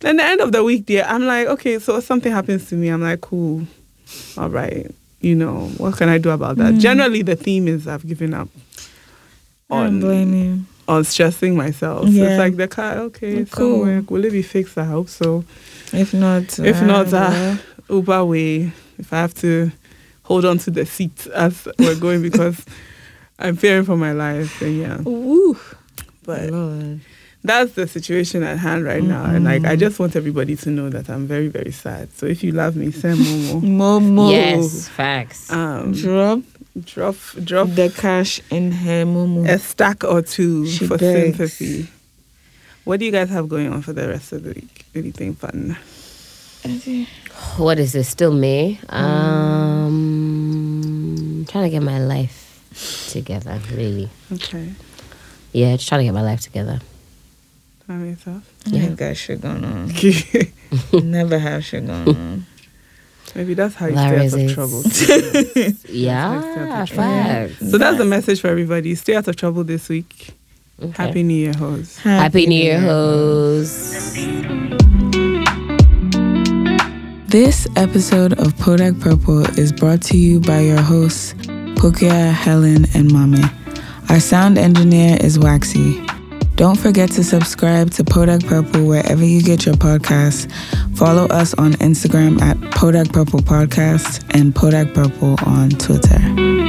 S2: Then the end of the week, there, I'm like, okay, so if something happens to me, I'm like, cool, all right, you know, what can I do about that? Generally, the theme is I've given up
S3: Mm. I don't blame you.
S2: on stressing myself. So
S3: Yeah.
S2: it's like the car, okay, it's
S3: Cool.
S2: cool. Will it be fixed? I hope so.
S3: If not,
S2: If not,
S3: well,
S2: uh, Uber way. If I have to hold on to the seat as we're going because I'm fearing for my life, then yeah.
S3: woo,
S2: But
S3: Lord.
S2: that's the situation at hand right now. And like, I just want everybody to know that I'm very, very sad. So if you love me, send Momo.
S3: Momo,
S1: Yes, facts.
S2: Um,
S3: drop
S2: drop, drop
S3: the cash in her Momo.
S2: a stack or two
S3: She
S2: for
S3: begs.
S2: sympathy. What do you guys have going on for the rest of the week? Anything fun?
S1: what is this? Still May. Um, trying to get my life together, really.
S2: Okay.
S1: Yeah, just trying to get my life together.
S2: Calm yourself.
S3: I ain't got shit going on. Never have shit going on.
S2: Maybe that's how you
S1: That
S2: stay out of
S1: is it.
S2: trouble.
S1: Yeah, facts.
S2: So that's the message for everybody. Stay out of trouble this week. Happy New Year, hoes.
S1: Happy New Year, hoes.
S3: This episode of Podak Purple is brought to you by your hosts, Pokia, Helen, and Mame. Our sound engineer is Waxy. Don't forget to subscribe to Podak Purple wherever you get your podcasts. Follow us on Instagram at Podak Purple Podcast and Podak Purple on Twitter.